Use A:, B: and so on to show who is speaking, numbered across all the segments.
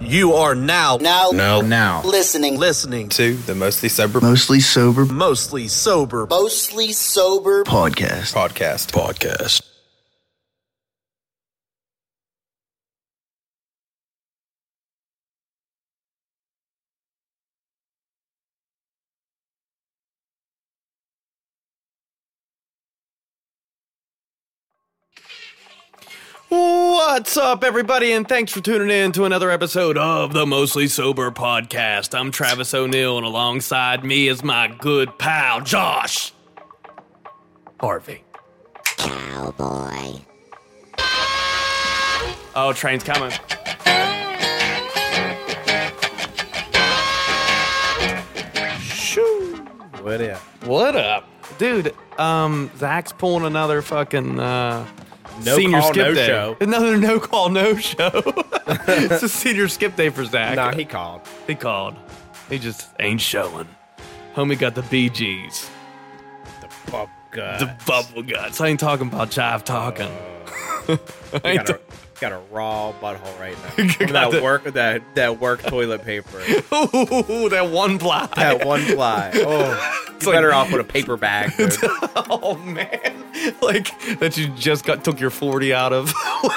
A: You are now
B: Now,
C: No. Now.
B: listening,
A: listening
D: to
A: to
D: the Mostly Sober
E: Mostly Sober
A: Mostly Sober
B: mostly sober.
E: Podcast.
D: Podcast.
C: Podcast.
F: What's up, everybody, and thanks for tuning in to another episode of the Mostly Sober Podcast. I'm Travis O'Neill, and alongside me is my good pal, Josh Harvey.
B: Cowboy.
F: Oh, train's coming. Shoo. What up? What up? Dude, um, Zach's pulling another fucking uh
C: No
F: senior
C: call,
F: skip
C: no
F: day.
C: show.
F: Another no call, no show. it's a senior skip day for Zach.
C: Nah, he called.
F: He called. He just ain't showing. Homie got the BGs.
C: Fuck. Uh,
F: The bubble guts. I ain't talking about jive talking. I ain't
C: Uh, got, a,
F: ta-
C: got a raw butthole right now. From that
F: the-
C: work that that work toilet paper.
F: Ooh, that one fly.
C: that one fly. Oh, it's better off with a paper bag. dude.
F: oh man. Like that you just got took your 40 out of.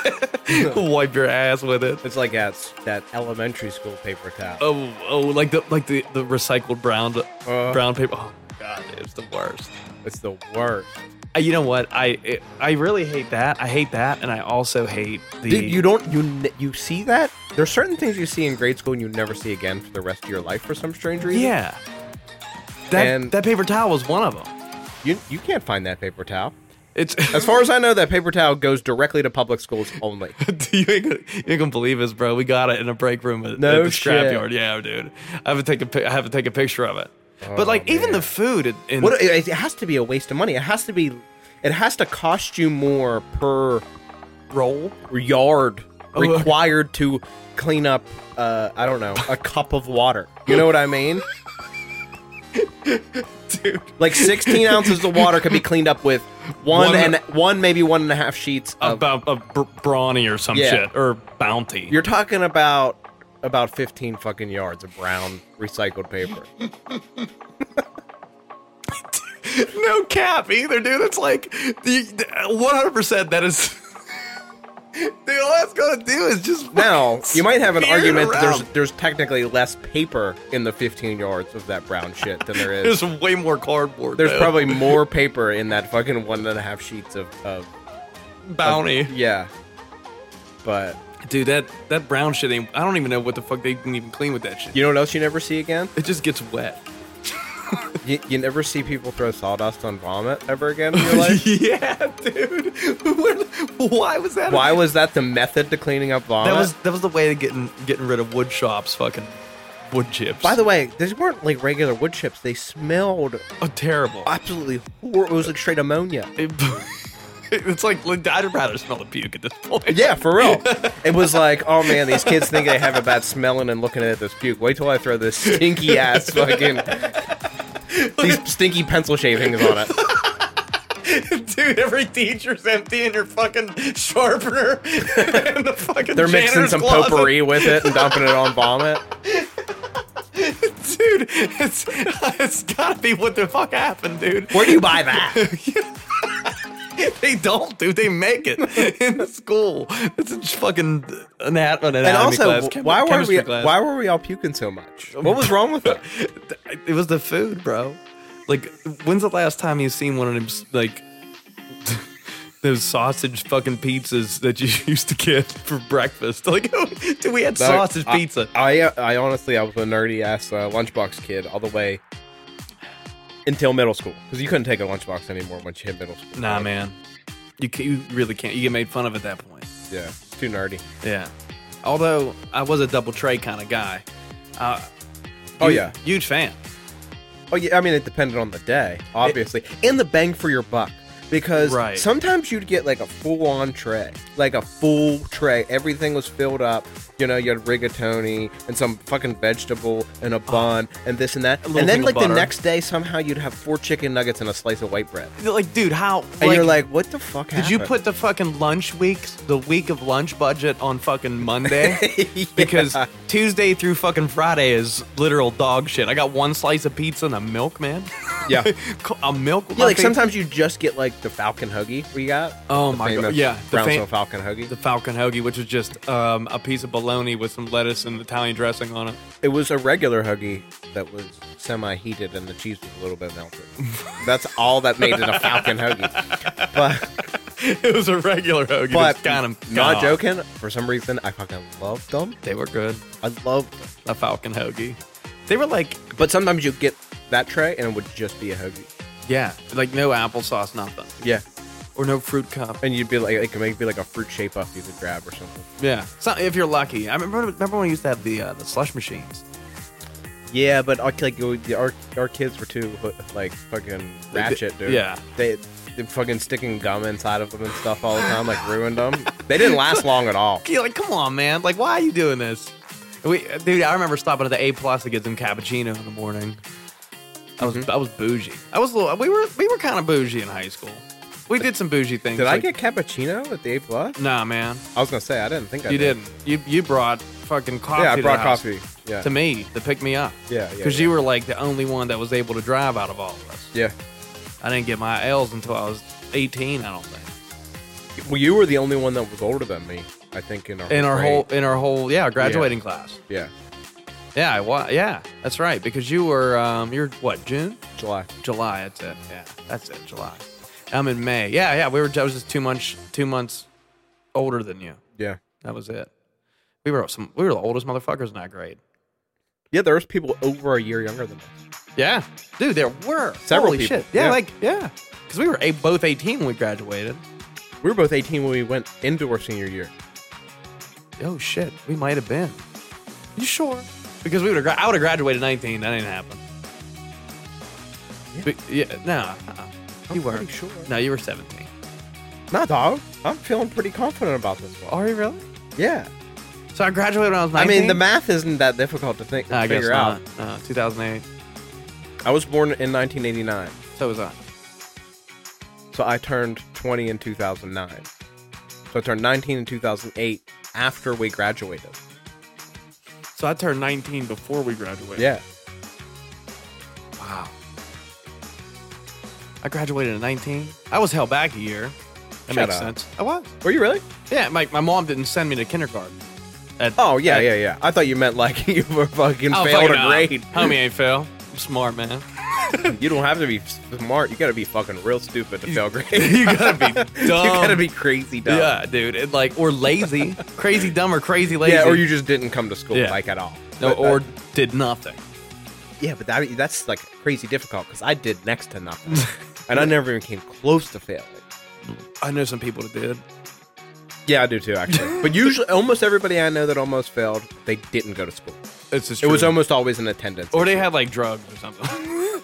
F: Wipe your ass with it.
C: it's like that s- that elementary school paper towel.
F: Oh, oh, like the like the, the recycled brown
C: Uh.
F: brown paper. Oh my god, it's the worst.
C: It's the worst.
F: Uh, You know what? I it, I really hate that. I hate that, and I also hate the.
C: Dude, you don't you n- you see that? There's certain things you see in grade school and you never see again for the rest of your life for some strange reason.
F: Yeah. That
C: And-
F: that paper towel was one of them.
C: you you can't find that paper towel.
F: It's
C: As far as I know, that paper towel goes directly to public schools only.
F: you, ain't gonna, you ain't gonna believe this, bro. We got it in a break room at,
C: No
F: at the
C: shit.
F: scrapyard. Yeah, dude. I have to take a pic- I have to take a picture of it. but like even the food in, in
C: Oh, What it, it has to be a waste of money. It has to be it has to cost you more per
F: roll.
C: yard
F: Oh, okay.
C: required to clean up uh I don't know, a cup of water. You know what I mean?
F: Dude.
C: Like sixteen ounces of water could be cleaned up with one,
F: One-
C: and one maybe one and a half sheets of
F: About a br- brawny or some
C: Yeah.
F: shit or bounty.
C: You're talking about about 15 fucking yards of brown recycled paper.
F: no cap either, dude. It's like one hundred percent. That is, dude. All that's gonna do is just
C: Now, you might have an
F: Smear it
C: argument that there's
F: around.
C: there's technically less paper in the 15 yards of that brown shit than there is.
F: There's way more cardboard.
C: There's
F: though.
C: probably more paper in that fucking one and a half sheets of, of
F: bounty.
C: yeah. But
F: Dude, that that brown shit ain't. I don't even know what the fuck they can even clean with that shit.
C: you know what else you never see again?
F: It just gets wet.
C: You, you never see people throw sawdust on vomit ever again in your life.
F: yeah, dude. Where- why was that?
C: Why was that the method to cleaning up vomit?
F: that was that was the way to getting getting rid of wood shops, fucking wood chips.
C: By the way, these weren't like regular wood chips. They smelled
F: oh, terrible.
C: absolutely horrible. It was like straight ammonia.
F: It- it's like I'd rather smell the puke at this point.
C: Yeah, for real. It was like, oh man, these kids think they have a bad smelling and looking at this puke. Wait till I throw this stinky ass fucking these stinky pencil shavings on it.
F: Dude, every teacher's emptying your fucking sharpener and the fucking
C: They're mixing
F: janitor's
C: some
F: closet.
C: potpourri with it and dumping it on vomit.
F: Dude, it's, it's gotta be what the fuck happened, dude.
C: Where do you buy that?
F: they don't, dude. They make it in the school. It's a fucking anat- an anatomy
C: And also,
F: class. chem-
C: why were
F: chemistry
C: we
F: class.
C: why were we all puking so much? What was wrong with it?
F: It was the food, bro. Like, when's the last time you seen one of them s- like those sausage fucking pizzas that you used to get for breakfast? Like, dude, we had sausage
C: I-
F: pizza.
C: I, I honestly I was a nerdy ass uh, lunchbox kid all the way until middle school because you couldn't take a lunchbox anymore once you hit middle school.
F: nah, man, you can, you really can't. You get made fun of at that point.
C: Yeah, it's too nerdy.
F: Yeah. Although I was a double tray kind of guy. Uh,
C: Oh,
F: huge-
C: yeah.
F: huge fan.
C: Oh yeah, I mean it depended on the day, obviously, and the bang for your buck. because
F: Right.
C: sometimes you'd get like a full on tray, like a full tray. Everything was filled up. You know, you had rigatoni and some fucking vegetable and a bun and this and that.
F: Ah. little
C: And then
F: thing of
C: like the
F: butter.
C: next day, somehow you'd have four chicken nuggets and a slice of white bread.
F: Like, dude, how?
C: And you're like, what the fuck?
F: did you put the fucking lunch weeks, the week of lunch budget on fucking Monday? Because Tuesday through fucking Friday is literal dog shit. I got one slice of pizza and a milk, man.
C: yeah.
F: a milk.
C: Yeah, like
F: latte?
C: sometimes you just get like the Falcon Hoagie we got.
F: Oh
C: The
F: my
C: famous
F: God, yeah, the fam-
C: Brownsville Falcon Hoagie.
F: the Falcon hoagie, which is just um, a piece of bologna with some lettuce and Italian dressing on it.
C: It was a regular Huggy that was semi-heated, and the cheese was a little bit melted. That's all that made it a Falcon Huggy. But,
F: it was a regular hoagie.
C: but
F: But kind of
C: not joking. For some reason, I fucking loved them.
F: They were good.
C: I loved them.
F: A Falcon hoagie. They were like,
C: But sometimes you get that tray, and it would just be a Huggy.
F: yeah, like no applesauce, nothing,
C: Yeah,
F: or no fruit cup.
C: and you'd be like, it could make be like a fruit shape up you could grab or something.
F: Yeah, so if you're lucky. I remember remember when we used to have the uh, the slush machines.
C: Yeah, but our, like the- our, our kids were too like fucking ratchet, dude.
F: yeah.
C: they they fucking sticking gum inside of them and stuff all the time, like ruined them. They didn't last long at all.
F: You're like, come on, man! Like, why are you doing this? We, dude, I remember stopping at the A Plus to get some cappuccino in the morning. I
C: Mm-hmm.
F: was I was bougie. I was a little. We were we were kind of bougie in high school. We did some bougie things.
C: Did I
F: like-
C: get cappuccino at the A plus?
F: Nah, man,
C: I was gonna say I didn't think I
F: you
C: did.
F: didn't. You you brought fucking coffee.
C: Yeah, I
F: to
C: brought
F: the house.
C: coffee. Yeah,
F: to me to pick me up.
C: Yeah, yeah,
F: Because
C: yeah.
F: you were like the only one that was able to drive out of all of us.
C: yeah.
F: I didn't get my L's until I was 18. I don't think.
C: Well, you were the only one that was older than me. I think in our
F: In our
C: grade.
F: whole in our whole yeah graduating class.
C: yeah
F: Yeah, I wa- yeah, that's right. Because you were um you're what June,
C: July.
F: July. That's it. Yeah, that's it. July. I'm in May. Yeah, yeah. We were. I was just two months two months older than you.
C: Yeah,
F: That was it. We were some. We were the oldest motherfuckers in that grade.
C: yeah. There was people over a year younger than us.
F: Yeah, dude, there were
C: Several
F: Holy
C: people.
F: Shit. Yeah,
C: Yeah.
F: like yeah, because we were a- both 18 when we graduated.
C: We were both 18 when we went into our senior year.
F: Oh shit, we might have been. You sure? Because we would have. Gra- I would have graduated 19. That didn't happen. But, yeah, no, uh-uh. you were.
C: pretty sure.
F: No, you were 17.
C: Nah, dog. I'm feeling pretty confident about this one.
F: Are you really?
C: Yeah.
F: So I graduated when I was 19.
C: I mean, the math isn't that difficult to think
F: No, I guess
C: figure out.
F: not. Uh, No, 2008.
C: I was born in 1989,
F: So was I.
C: so I turned 20 in 2009. So I turned 19 in 2008 after we graduated.
F: So I turned 19 before we graduated.
C: Yeah.
F: Wow. I graduated at 19. I was held back a year. That
C: Shut
F: makes
C: up.
F: sense. I was.
C: Were you really?
F: Yeah, my, my mom didn't send me to kindergarten. At-
C: Oh yeah,
F: at-
C: yeah, yeah. I thought you meant like you were fucking uh,
F: Oh,
C: failed
F: fucking
C: a
F: no.
C: grade.
F: Homie ain't fail. I'm smart, man.
C: you don't have to be smart. You gotta be fucking real stupid to fail grades.
F: you gotta be dumb.
C: you gotta be crazy dumb.
F: Yeah, dude. And like or lazy. crazy dumb or crazy lazy.
C: Yeah, or you just didn't come to school
F: Yeah.
C: like at all.
F: no,
C: But- uh,
F: or did nothing.
C: yeah, but that, that's like crazy difficult because I did next to nothing, and I never even came close to failing.
F: I know some people that did.
C: Yeah, I do too, actually. but usually, almost everybody I know that almost failed, they didn't go to school.
F: It's just
C: It was
F: true.
C: almost always an attendance.
F: um, or they had like drugs or something.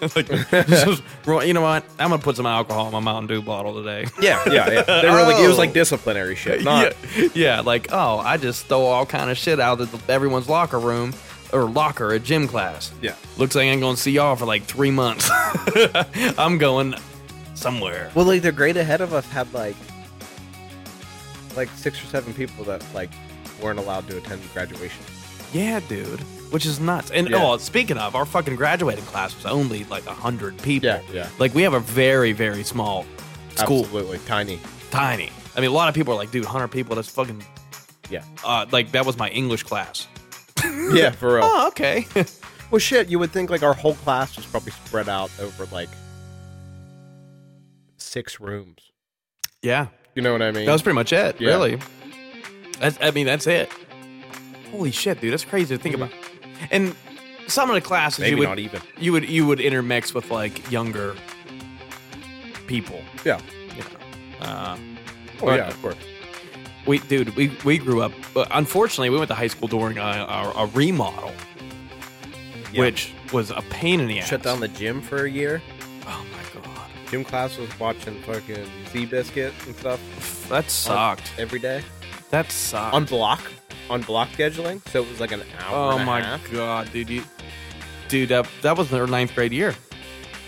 F: like, this was wrong. you know what? I'm gonna put some alcohol in my Mountain Dew bottle today.
C: yeah, yeah, yeah. They were like, it was like disciplinary shit. Not,
F: yeah, yeah, like oh, I just stole all kind of shit out of the, everyone's locker room or locker at gym class.
C: yeah.
F: Looks like I ain't gonna see y'all for like three months. I'm going somewhere.
C: Well, like the grade ahead of us had like, like six or seven people that like weren't allowed to attend graduation.
F: Yeah, dude. Which is nuts. And
C: Yeah.
F: oh, speaking of, our fucking graduating class was only like hundred people.
C: Yeah, yeah.
F: Like we have a very, very small school,
C: Absolutely tiny.
F: tiny. I mean, a lot of people are like, dude, hundred people. That's fucking.
C: Yeah.
F: Uh, like that was my English class.
C: Yeah, for real.
F: Oh, okay.
C: Well, shit, you would think like our whole class was probably spread out over like six rooms.
F: yeah,
C: You know what I mean?
F: that was pretty much it.
C: Yeah.
F: Really. That's, I mean, that's it. Holy shit, dude. That's crazy to think about. And some of the classes
C: Mm-hmm. maybe
F: you would
C: not even.
F: you would you would intermix with like younger people.
C: Yeah.
F: You know. Uh,
C: Oh,
F: Or-
C: yeah, of course.
F: we, dude, we, we grew up. But unfortunately, we went to high school during a, a, a remodel,
C: Yeah.
F: which was a pain in the ass.
C: shut down the gym for a year.
F: Oh my god.
C: gym class was watching fucking Seabiscuit and stuff
F: That sucked.
C: every day
F: That sucked.
C: uh, on block, on block scheduling. So it was like an hour.
F: oh
C: and a
F: my
C: half.
F: god, dude! You, dude, that that was our ninth grade year.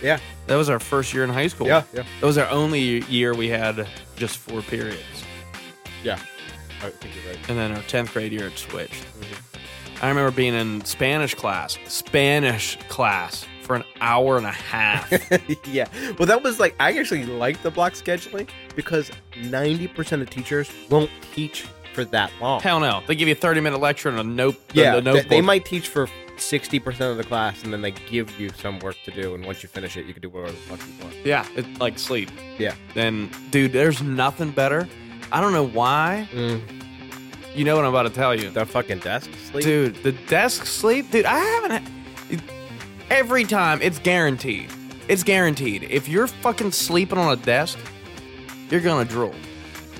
C: Yeah,
F: That was our first year in high school.
C: yeah, yeah,
F: That was our only year we had just four periods,
C: yeah. I think you're right.
F: and then our tenth grade year it switched.
C: Mm-hmm.
F: I remember being in Spanish class, Spanish class for an hour and a half.
C: yeah. Well, that was like I actually like the block scheduling because ninety percent of teachers won't teach for that long.
F: Hell no! They give you a thirty-minute lecture and a note.
C: Oh. yeah,
F: the
C: th-
F: notebook.
C: they might teach for sixty percent of the class, and then they give you some work to do. And once you finish it, you can do whatever the fuck you want.
F: Yeah, it, like sleep.
C: Yeah.
F: Then, dude, there's nothing better. I don't know why.
C: Mm.
F: You know what I'm about to tell you.
C: The fucking desk sleep.
F: Dude, the desk sleep, dude, I haven't. it- Every time, it's guaranteed. It's guaranteed. If you're fucking sleeping on a desk, you're gonna drool.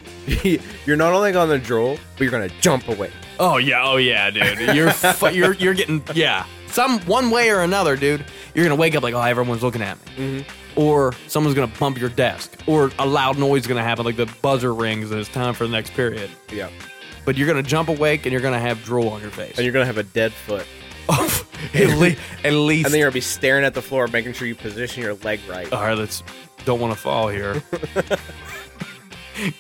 C: you're not only gonna drool, but you're gonna jump away.
F: Oh yeah, oh yeah, dude. You're fu- you're you're getting yeah. Some one way or another, dude. You're gonna wake up like, oh, everyone's looking at me,
C: Mm-hmm.
F: or someone's gonna bump your desk, or a loud noise is gonna happen, like the buzzer rings and it's time for the next period.
C: Yeah,
F: But you're gonna jump awake and you're gonna have drool on your face.
C: and you're gonna have a dead foot,
F: at, le- at least.
C: and then you're gonna be staring at the floor, making sure you position your leg right.
F: All right, let's don't want to fall here.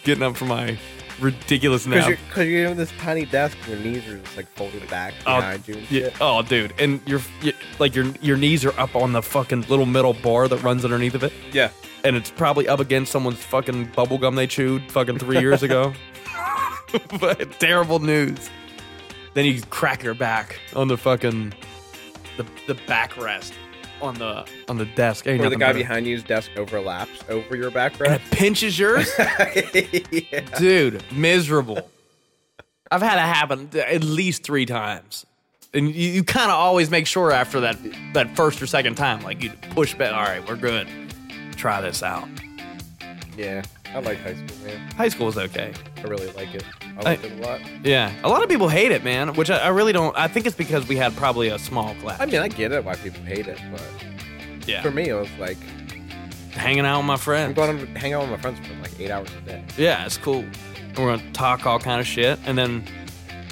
F: Getting up from my ridiculous nap.
C: Because you're, 'cause you're on this tiny desk, your knees are just like folded back
F: Oh,
C: behind you. and
F: Yeah.
C: shit.
F: Oh, dude, and your you, like your your knees are up on the fucking little metal bar that runs underneath of it,
C: yeah.
F: and it's probably up against someone's fucking bubble gum they chewed fucking three years ago. but terrible news. Then you crack your back on the fucking the the backrest on the on the desk. Ain't
C: Or the
F: nothing
C: guy
F: better.
C: behind you's desk overlaps over your back
F: and
C: rest.
F: it pinches yours.
C: yeah.
F: dude miserable i've had it happen at least three times and you, you kind of always make sure after that that first or second time like you push back all right we're good try this out
C: Yeah. I like high school, man.
F: high school is okay
C: I really like it. I
F: I-
C: like it a lot.
F: yeah a lot of people hate it man which i, I really don't i think it's because we had probably a small class
C: I mean, I get it why people hate it, but
F: yeah
C: for me, it was like
F: hanging out with my
C: I'm
F: friends
C: going to hang out with my friends for like eight hours a day.
F: yeah it's cool and we're gonna talk all kind of shit and then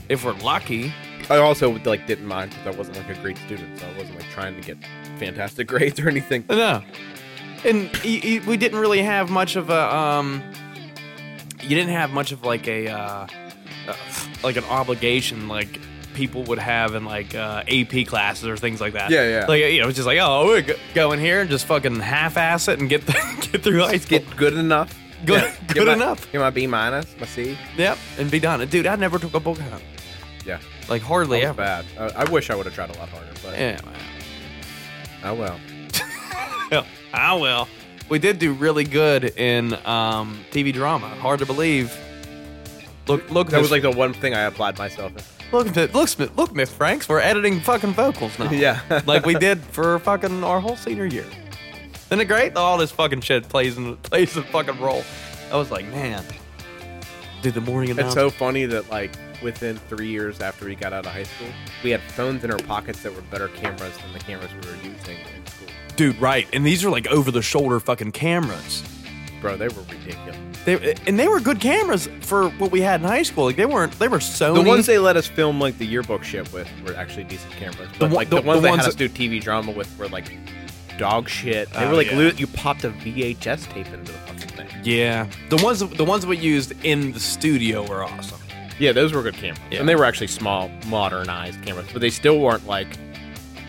F: if we're lucky
C: I also like didn't mind because I wasn't like a great student, so I wasn't like trying to get fantastic grades or anything.
F: No. And y y we didn't really have much of a um you didn't have much of like a uh, uh like an obligation like people would have in like uh, AP classes or things like that.
C: Yeah, yeah.
F: Like you know, it's just like, "Oh, we're go- go in here and just fucking half-ass it and get get through high school."
C: Get good enough.
F: Good- good
C: my-
F: enough.
C: Get my B minus, my C.
F: yep, and be done. Dude, I never took a book out.
C: Yeah.
F: Like hardly
C: Yeah,
F: ever.
C: bad. I, I wish I would have tried a lot harder, but
F: Yeah. man.
C: oh well.
F: Yeah,
C: Ah,
F: I will. We did do really good in um, TV drama. Hard to believe. Look, look.
C: That
F: Miss-
C: was like the one thing I applied myself. in.
F: look, Mi- look, Smith- look, Miss Franks. We're editing fucking vocals now.
C: Yeah.
F: like we did for fucking our whole senior year. Isn't it great? All this fucking shit plays in plays a fucking role. I was like, man, dude, the morning
C: It's
F: announcement.
C: so funny that like within three years after we got out of high school, we had phones in our pockets that were better cameras than the cameras we were using in school.
F: dude, right? And these are like over the shoulder fucking cameras.
C: Bro, they were ridiculous.
F: They, and they were good cameras for what we had in high school. Like they weren't. They were Sony.
C: The ones they let us film like the yearbook shit with were actually decent cameras. But
F: one-
C: like
F: the-
C: the,
F: the
C: ones they
F: ones
C: had us
F: that-
C: do TV drama with were like dog shit. They
F: Oh,
C: were like
F: yeah.
C: lit- you popped a VHS tape into the fucking thing.
F: Yeah, the ones the ones we used in the studio were awesome.
C: Yeah, those were good cameras,
F: Yeah.
C: and they were actually small, modernized cameras, but they still weren't like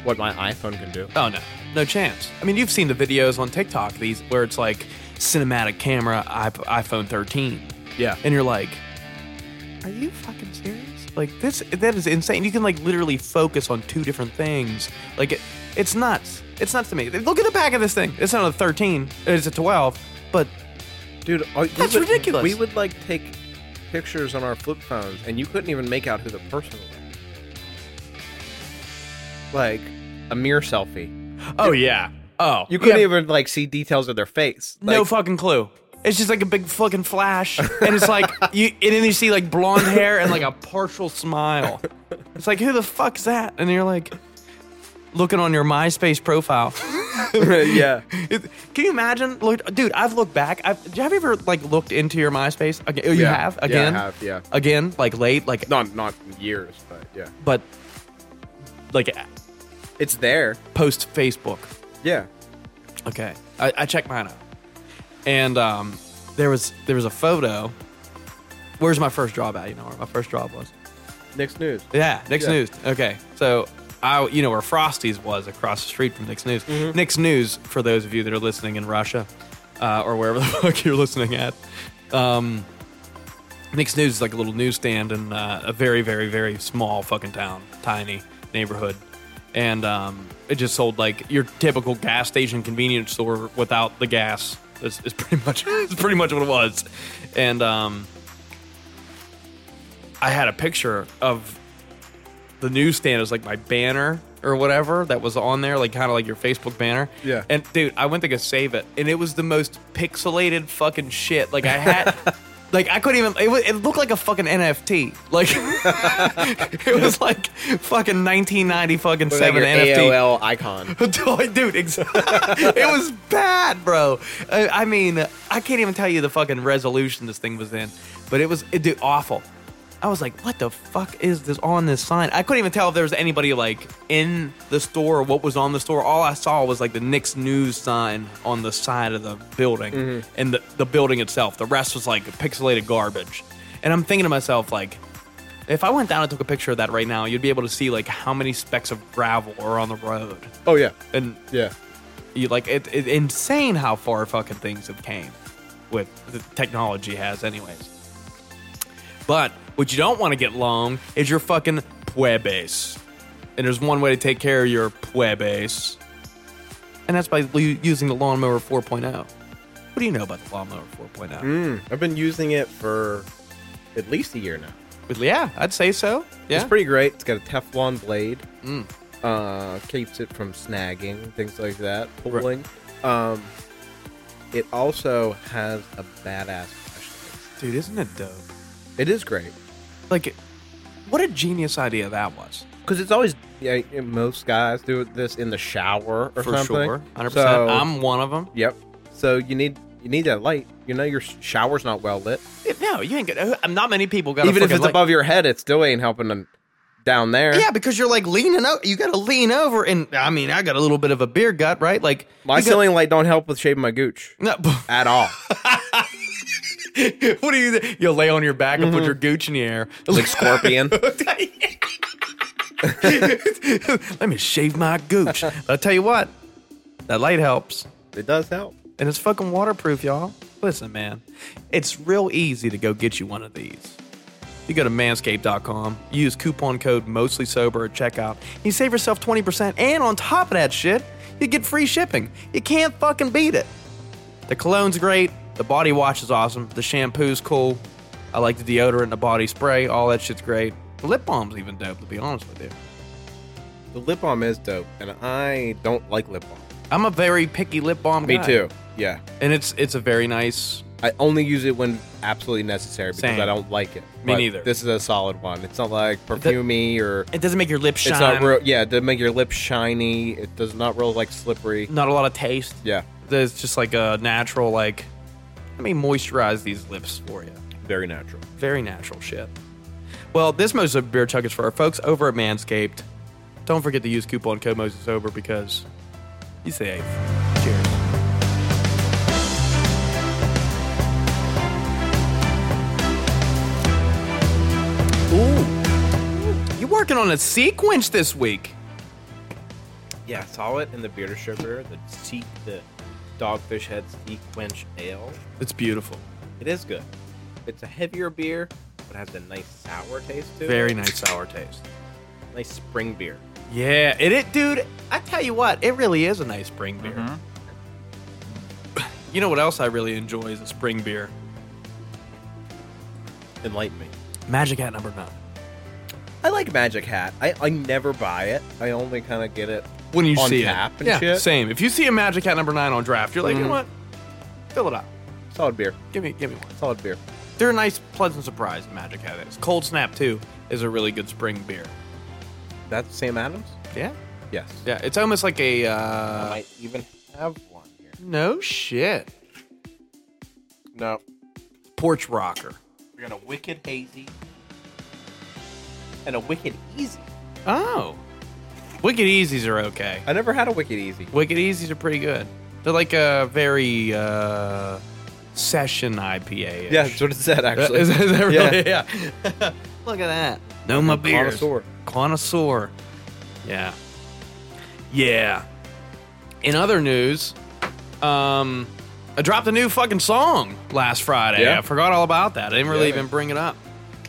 C: what my iPhone can do.
F: Oh no, no chance. I mean, you've seen the videos on TikTok these where it's like cinematic camera iP- iPhone 13,
C: Yeah,
F: and you're like, are you fucking serious? Like this that is insane. You can like literally focus on two different things. Like it, it's nuts. It's nuts to me. Look at the back of this thing. It's not a 13. It's a 12. But
C: dude, all- we
F: That's
C: would-
F: ridiculous.
C: We would like take pictures on our flip phones, and you couldn't even make out who the person was. Like a mirror selfie,
F: oh yeah. Oh,
C: you couldn't
F: yeah.
C: even like see details of their face.
F: no
C: Like,
F: fucking clue. It's just like a big fucking flash, and it's like you, and then you see like blonde hair and like a partial smile. It's like who the fuck's that? And you're like looking on your MySpace profile.
C: yeah.
F: It- Can you imagine? Look, dude, I've looked back. I've, have you ever like looked into your MySpace? Again, oh, you
C: Yeah.
F: have
C: Yeah, I
F: again,
C: have, yeah.
F: again, like late, like
C: Not not years, but yeah.
F: but like
C: It's there.
F: post Facebook.
C: Yeah.
F: Okay, I, I checked mine out, and um, there was there was a photo. Where's my first job at? You know where my first job was?
C: Next news.
F: Yeah, Nick's
C: Yeah.
F: News. Okay, so I, you know where Frosty's was across the street from Nick's News. Nick's News, for those of you that are listening in Russia uh, or wherever the fuck you're listening at, um, Nick's News is like a little newsstand in uh, a very, very, very small fucking town, tiny neighborhood, and um, it just sold like your typical gas station convenience store without the gas. Is, is pretty much is pretty much what it was, and um, I had a picture of the newsstand was like my banner or whatever that was on there, like kind of like your Facebook banner.
C: Yeah.
F: And dude, I went to go save it, and it was the most pixelated fucking shit. Like I had. Like I couldn't even. It, was, it looked like a fucking NFT. Like it was like fucking nineteen ninety fucking seven NFT.
C: AOL icon.
F: Dude, ex- it was bad, bro. I, I mean, I can't even tell you the fucking resolution this thing was in, but it was it, dude, awful. I was like, what the fuck is this on this sign? I couldn't even tell if there was anybody like in the store or what was on the store. All I saw was like the Knicks news sign on the side of the building and the, the building itself. The rest was like pixelated garbage. And I'm thinking to myself, like, if I went down and took a picture of that right now, you'd be able to see like how many specks of gravel are on the road.
C: Oh yeah.
F: And
C: Yeah.
F: you like it, it insane how far fucking things have came with the technology has anyways but what you don't want to get long is your fucking puebes and there's one way to take care of your puebes and that's by lu- using the lawnmower 4.0 what do you know about the lawnmower oh? 4.0
C: Mm, I've been using it for at least a year now.
F: Well, yeah i'd say so yeah Mm.
C: It's pretty great. It's got a Teflon blade. Uh, keeps it from snagging, things like that, pulling. Um, it also has a badass flashlight.
F: dude isn't it dope
C: It is great.
F: like what a genius idea that was
C: Because it's always, yeah, and most guys do this in the shower or
F: for
C: something.
F: sure 100%
C: So-
F: i'm one of them
C: Yep. So you need you need that light. You know your sh- shower's not well lit.
F: no you ain't gonna uh, not many people got
C: Even if it's
F: above.
C: above your head, it still ain't helping them down there.
F: Yeah, because you're like leaning out. You got to lean over, and I mean, I got a little bit of a beer gut, right? Like
C: My
F: you got-
C: ceiling light don't help with shaving my gooch
F: No,
C: at all.
F: what do you? do? You lay on your back and put your gooch in the air.
C: Mm-hmm. like scorpion.
F: Let me shave my gooch. I'll tell you what, that light helps,
C: It does help.
F: and it's fucking waterproof, y'all. Listen, man, it's real easy to go get you one of these. You go to manscaped.com, use coupon code mostly sober at checkout, and you save yourself 20%. And on top of that shit, you get free shipping. You can't fucking beat it. The cologne's great, the body wash is awesome, the shampoo's cool. I like the deodorant, the body spray, all that shit's great. The lip balm's even dope, to be honest with you.
C: The lip balm is dope, and I don't like lip balm.
F: I'm a very picky lip balm
C: Me
F: guy.
C: too. Yeah.
F: And it's it's a very nice
C: I only use it when absolutely necessary because
F: Same.
C: I don't like it.
F: Me
C: But
F: neither.
C: This is a solid one. It's not like perfumey or
F: it doesn't make your lips shine.
C: it's not real. Yeah, it doesn't make your lips shiny. It does not real like slippery.
F: not a lot of taste.
C: Yeah,
F: There's just like a natural like let me moisturize these lips for you.
C: very natural.
F: Very natural shit. Well, this Moses Sober beer chug is for our folks over at Manscaped. Don't forget to use coupon code Moses Sober because you save. Cheers. Ooh. You working on a sequence this week?
C: Yeah, saw it in the bearded sugar, the sea, the dogfish head sea quench ale.
F: It's beautiful.
C: It is good. It's a heavier beer, but has a nice sour taste to
F: Very nice sour taste.
C: Nice spring beer.
F: Yeah, it, it dude, I tell you what, it really is a nice spring beer.
C: Mm-hmm.
F: You know what else I really enjoy is a spring beer.
C: Enlighten me.
F: Magic Hat number nine.
C: I like Magic Hat. I, I never buy it. I only kind of get it.
F: When you
C: On
F: see
C: tap
F: it.
C: and
F: yeah,
C: shit?
F: same. If you see a Magic Hat number nine on draft, you're like, you know what?
C: Mhm.
F: Fill it up.
C: Solid beer.
F: Give me give me one.
C: Solid beer.
F: They're a nice, pleasant surprise, Magic Hat is. Cold Snap too is a really good spring beer.
C: That's Sam Adams?
F: Yeah.
C: Yes.
F: Yeah, it's almost like a.
D: I
F: Uh,
D: might even have one here.
F: no shit.
D: No.
F: Porch rocker.
D: We got a wicked hazy and a wicked easy.
F: Oh. Wicked Easies are okay.
C: I never had a Wicked Easy.
F: Wicked Easies are pretty good. They're like a very uh, session IPA. -ish.
C: Yeah, that's what it said actually.
F: Is, is that really?
C: Yeah.
F: Yeah. Look at that. No, my beers.
C: Connoisseur.
F: Connoisseur. Yeah. Yeah. In other news, um, I dropped a new fucking song last Friday.
C: Yeah?
F: I forgot all about that. I didn't really
C: Yeah.
F: even bring it up.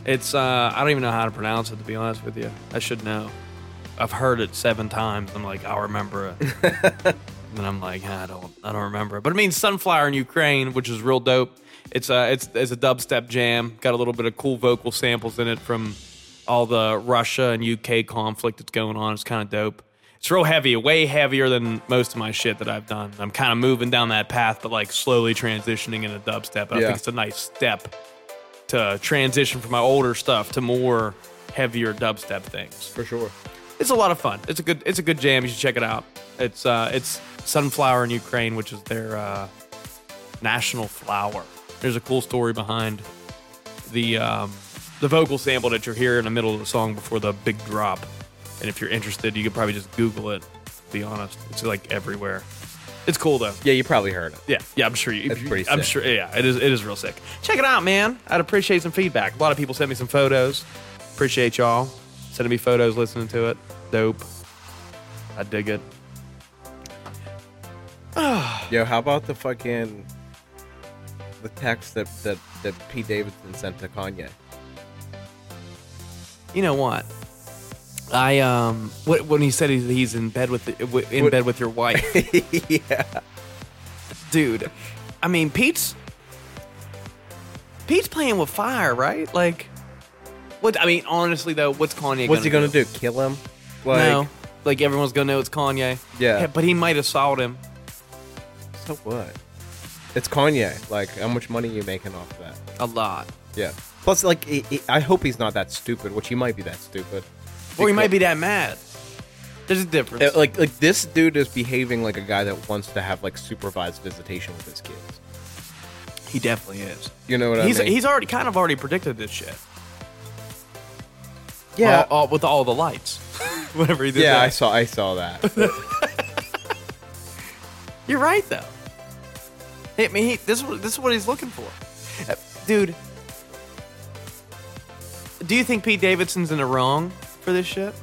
F: It's uh, I don't even know how to pronounce it to be honest with you. I should know. I've heard it seven times. I'm like, I'll remember it. And then I'm like, "Ah, I don't, I don't remember. But it means sunflower in Ukraine, which is real dope. It's a, it's, it's a dubstep jam. Got a little bit of cool vocal samples in it from all the Russia and UK conflict that's going on. It's kind of dope. It's real heavy, way heavier than most of my shit that I've done. I'm kind of moving down that path, but like slowly transitioning into dubstep. I
C: Yeah.
F: think it's a nice step to transition from my older stuff to more heavier dubstep things
C: for sure.
F: it's a lot of fun. It's a good it's a good jam. You should check it out. It's uh it's sunflower in Ukraine, which is their uh, national flower. There's a cool story behind the um, the vocal sample that you hear in the middle of the song before the big drop. And if you're interested, you could probably just Google it. To be honest, it's like everywhere. It's cool though.
C: Yeah, you probably heard it.
F: Yeah, yeah, I'm sure. You,
C: That's pretty
F: I'm
C: sick.
F: sure. Yeah, it is. It is real sick. Check it out, man. I'd appreciate some feedback. A lot of people sent me some photos. Appreciate y'all sending me photos, listening to it. Dope. I dig it.
C: Yo, how about the fucking the text that that, that Pete Davidson sent to Kanye?
F: You know what? I um, what, when he said he's, he's in bed with the, w- in
C: What-
F: bed with your wife,
C: yeah.
F: dude. I mean, Pete's Pete's playing with fire, right? Like, what? I mean, honestly though, what's Kanye?
C: What's he
F: gonna
C: gonna do? Kill him? Like
F: no. Like everyone's gonna know it's Kanye.
C: Yeah.
F: but he might have sold him.
C: so what? It's Kanye. Like how much money are you making off that?
F: A lot.
C: Yeah. Plus, like, i i I hope he's not that stupid, which he might be that stupid.
F: Or he might be that mad. There's a difference.
C: Uh, Like, like this dude is behaving like a guy that wants to have like supervised visitation with his kids.
F: he definitely is.
C: You know what
F: he's
C: I mean?
F: he's already kind of already predicted this shit.
C: yeah,
F: All- all- with all the lights. Whatever he did.
C: yeah.
F: there.
C: I saw, I saw that.
F: You're right though. I mean, he, this is what- this is what he's looking for, Uh, dude. Do you think Pete Davidson's in the wrong for this shit?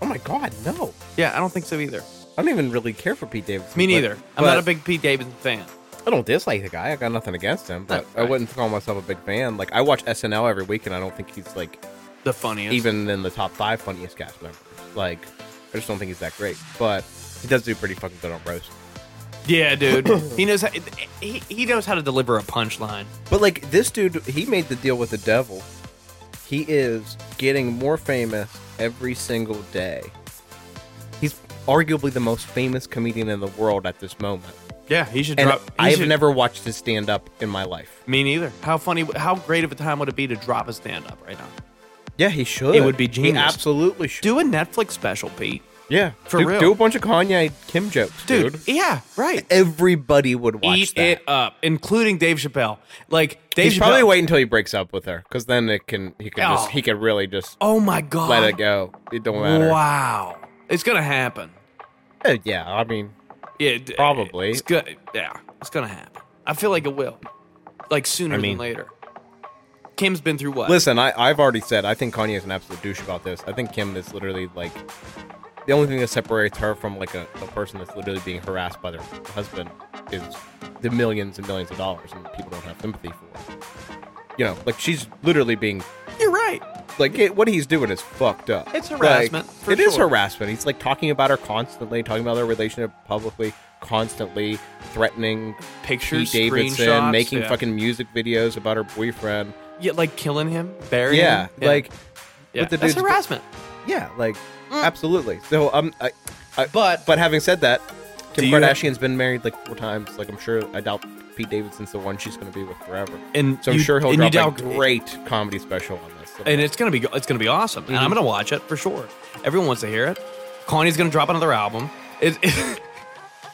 C: oh my god, no!
F: Yeah, I don't think so either.
C: I don't even really care for Pete Davidson.
F: Me
C: but-
F: neither. I'm
C: but
F: not a big Pete Davidson fan.
C: I don't dislike the guy. I got nothing against him, but
F: No,
C: I wouldn't call myself a big fan. Like, I watch SNL every week, and I don't think he's like
F: The funniest.
C: even in the top five funniest cast members. Like, I just don't think he's that great. But he does do pretty fucking good on roast.
F: Yeah, dude. he knows how, he, he knows how to deliver a punchline.
C: But like this dude, he made the deal with the devil. He is getting more famous every single day. He's arguably the most famous comedian in the world at this moment.
F: Yeah, he should
C: And
F: drop. he
C: I've
F: should-
C: never watched his stand up in my life.
F: Me neither. How funny? How great of a time would it be to drop a stand up right now?
C: Yeah, he should.
F: It would be
C: He
F: genius.
C: absolutely should.
F: Do a Netflix special, Pete.
C: yeah,
F: for
C: do,
F: real.
C: Do a bunch of Kanye Kim jokes, dude.
F: Dude. Yeah. Right.
C: Everybody would watch
F: Eat
C: that.
F: it up, including Dave Chappelle. Like Dave
C: He's
F: Chappelle.
C: probably waiting until he breaks up with her, because then it can he can
F: Oh.
C: just he can really just
F: Oh my god.
C: let it go. It don't matter.
F: Wow. It's gonna happen.
C: Uh, Yeah, I mean,
F: Yeah. d-
C: Probably.
F: It's good. Yeah. It's gonna happen. I feel like it will. Like sooner than
C: mean-
F: later. Kim's been through what?
C: Listen, I, I've already said I think Kanye is an absolute douche about this. I think Kim is literally like the only thing that separates her from like a, a person that's literally being harassed by their husband is the millions and millions of dollars, and people don't have sympathy for. It. You know, like she's literally being
F: You're right.
C: like it, what he's doing is fucked up.
F: It's
C: Like,
F: harassment, for
C: it is
F: sure.
C: harassment. He's like talking about her constantly, talking about their relationship publicly, constantly threatening Pete
F: Pictures,
C: Davidson,
F: screenshots,
C: making
F: yeah.
C: fucking music videos about her boyfriend.
F: yeah, like killing him, burying
C: Yeah,
F: him.
C: like
F: yeah.
C: with the
F: that's
C: dude's-
F: harassment.
C: Yeah, like absolutely. So um, I, I,
F: Mm. But-
C: but having said that,
F: Do
C: Kim
F: you have-
C: Kardashian's been married like four times. Like I'm sure I doubt Pete Davidson's the one she's going to be with forever.
F: And
C: so I'm
F: you-
C: sure he'll
F: and you
C: drop a
F: doubt-
C: great comedy special on this. Mhm.
F: and it's gonna be it's gonna be awesome, and I'm gonna watch it for sure. Everyone wants to hear it. Kanye's gonna drop another album. It,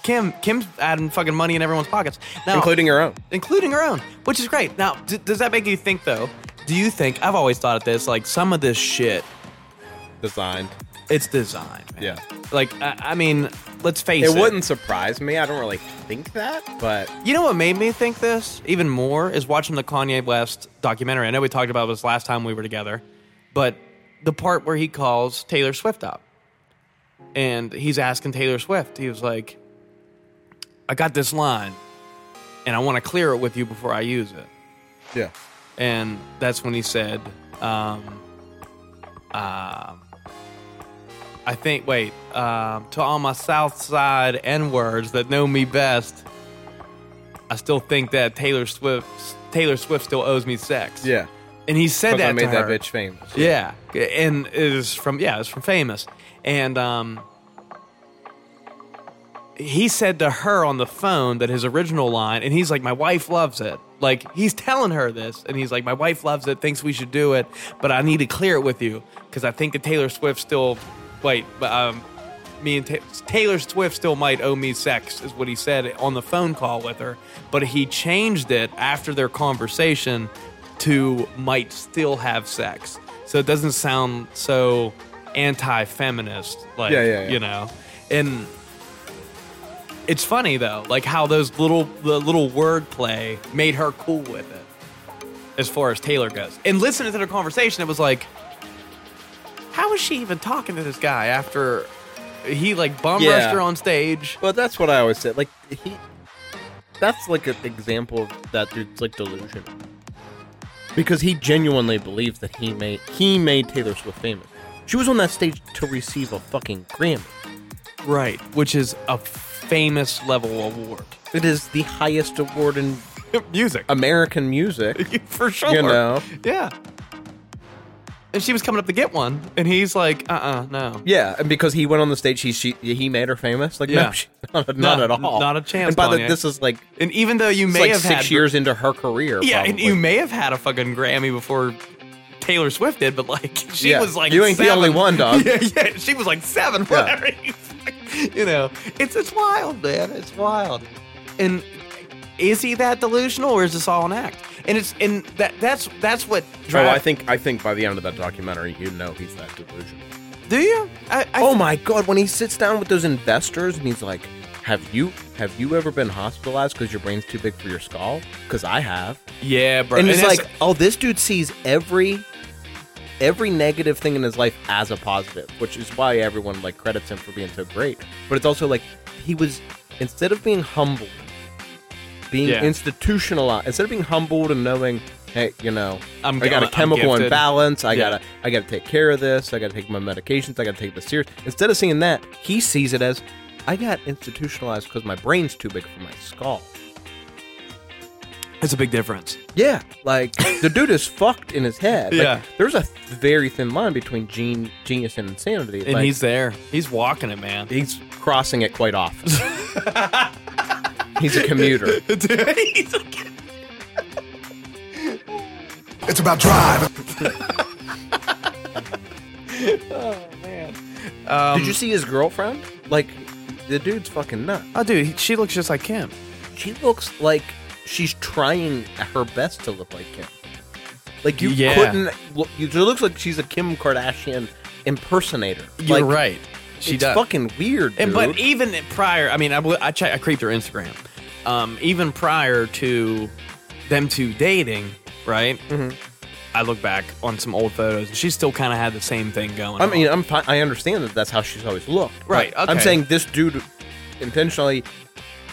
F: Kim Kim's adding fucking money in everyone's pockets now,
C: including your own.
F: including her own, which is great. Now, d- does that make you think though? Do you think I've always thought of this? Like some of this shit,
C: Designed.
F: it's design. Man.
C: Yeah.
F: Like I, I mean, let's face
C: It
F: it.
C: wouldn't surprise me. I don't really think that, but
F: You know what made me think this even more is watching the Kanye West documentary. I know we talked about this last time we were together, but the part where he calls Taylor Swift up and he's asking Taylor Swift, he was like, I got this line and I want to clear it with you before I use it.
C: yeah.
F: And that's when he said, um, um, I think, wait, um, to all my South Side N words that know me best, I still think that Taylor Swift, Taylor Swift still owes me sex.
C: Yeah.
F: And he said
C: Because
F: that
C: I made
F: to
C: that
F: her.
C: bitch famous.
F: Yeah, and it is from yeah, it's from Famous, and um, he said to her on the phone that his original line, and he's like, "My wife loves it." Like he's telling her this, and he's like, "My wife loves it, thinks we should do it, but I need to clear it with you because I think that Taylor Swift still, wait, but, um, me and Ta- Taylor Swift still might owe me sex," is what he said on the phone call with her, but he changed it after their conversation to might still have sex. So it doesn't sound so anti-feminist, like
C: Yeah, yeah, yeah.
F: you know. And it's funny though, like how those little the little wordplay made her cool with it, as far as Taylor goes. And listening to their conversation, it was like, how is she even talking to this guy after he like bum
C: Yeah.
F: rushed her on stage?
C: But that's what I always said. Like he, that's like an example of that dude's like delusion, because he genuinely believed that he made he made Taylor Swift famous. She was on that stage to receive a fucking Grammy.
F: Right, which is a famous level award,
C: It is the highest award in
F: music
C: American music.
F: for sure.
C: Um, You know?
F: Yeah. And she was coming up to get one, and he's like, "Uh, uh no."
C: Yeah, and because he went on the stage, he she, he made her famous. Like
F: Yeah.
C: no, she, not, not
F: No,
C: at all,
F: not a chance,
C: And by the
F: Kanye.
C: this is like
F: And even though you
C: it's
F: may
C: like
F: have
C: six
F: had
C: years into her career.
F: yeah, and
C: probably.
F: you may have had a fucking Grammy before Taylor Swift did, but like she
C: Yeah.
F: was like,
C: You ain't the
F: seven.
C: only one, dog.
F: yeah, yeah, she was like seven. for
C: Yeah.
F: every- you know, it's it's wild, man. It's wild. And is he that delusional, or is this all an act? And it's and that that's that's what.
C: Oh,
F: Drive,
C: I think I think by the end of that documentary, you know he's that delusional.
F: Do you? I, I,
C: oh my god when he sits down with those investors and he's like have you have you ever been hospitalized because your brain's too big for your skull because i have
F: yeah, bro.
C: and he's like oh this dude sees every every negative thing in his life as a positive which is why everyone like credits him for being so great but it's also like he was instead of being humble being
F: Yeah.
C: institutionalized instead of being humbled and knowing hey you know
F: I'm-
C: i got
F: I'm
C: a chemical
F: gifted.
C: imbalance i
F: Yeah.
C: gotta I got to take care of this. I got to take my medications. I got to take this serious. Instead of seeing that, he sees it as I got institutionalized because my brain's too big for my skull.
F: it's a big difference.
C: Yeah, like the dude is fucked in his head. Like,
F: Yeah.
C: there's a th- very thin line between gen- genius and insanity.
F: And
C: Like,
F: he's there. He's walking it, man.
C: he's crossing it quite often. he's a commuter.
F: He's a
E: It's about drive.
F: Um,
C: Did you see his girlfriend? Like the dude's fucking nuts.
F: Oh, dude, he- she looks just like him.
C: She looks like she's trying her best to look like Kim. Like you
F: Yeah.
C: couldn't. look- It looks like she's a Kim Kardashian impersonator.
F: You're
C: like,
F: right. She
C: it's
F: does.
C: fucking weird.
F: and but
C: dude.
F: even prior, I mean, I w- I, che- I creeped her Instagram. Um, even prior to them two dating, right? Mm-hmm. I look back on some old photos, and she still kind of had the same thing going.
C: I mean,
F: on.
C: I'm fi- I understand that that's how she's always looked. but
F: Right,
C: I'm
F: okay.
C: saying this dude intentionally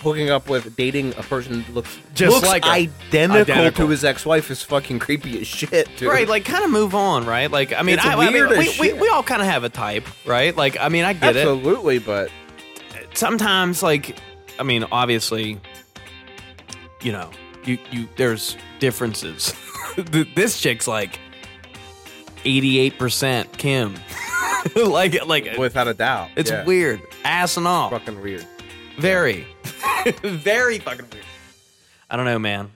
C: hooking up with dating a person that looks
F: Just
C: looks
F: like her.
C: identical,
F: Identical.
C: to his ex-wife is fucking creepy as shit. Dude.
F: right? Like, kind of move on, right? Like, I mean,
C: It's
F: I, I mean,
C: weird as
F: we, we,
C: shit.
F: we all kind of have a type, right? Like, I mean, I get it.
C: absolutely, but
F: sometimes like i mean obviously you know you you there's differences Th- this chick's like 88% kim like like
C: without a doubt,
F: it's
C: yeah.
F: weird ass and all
C: Fucking weird.
F: very very fucking weird i don't know man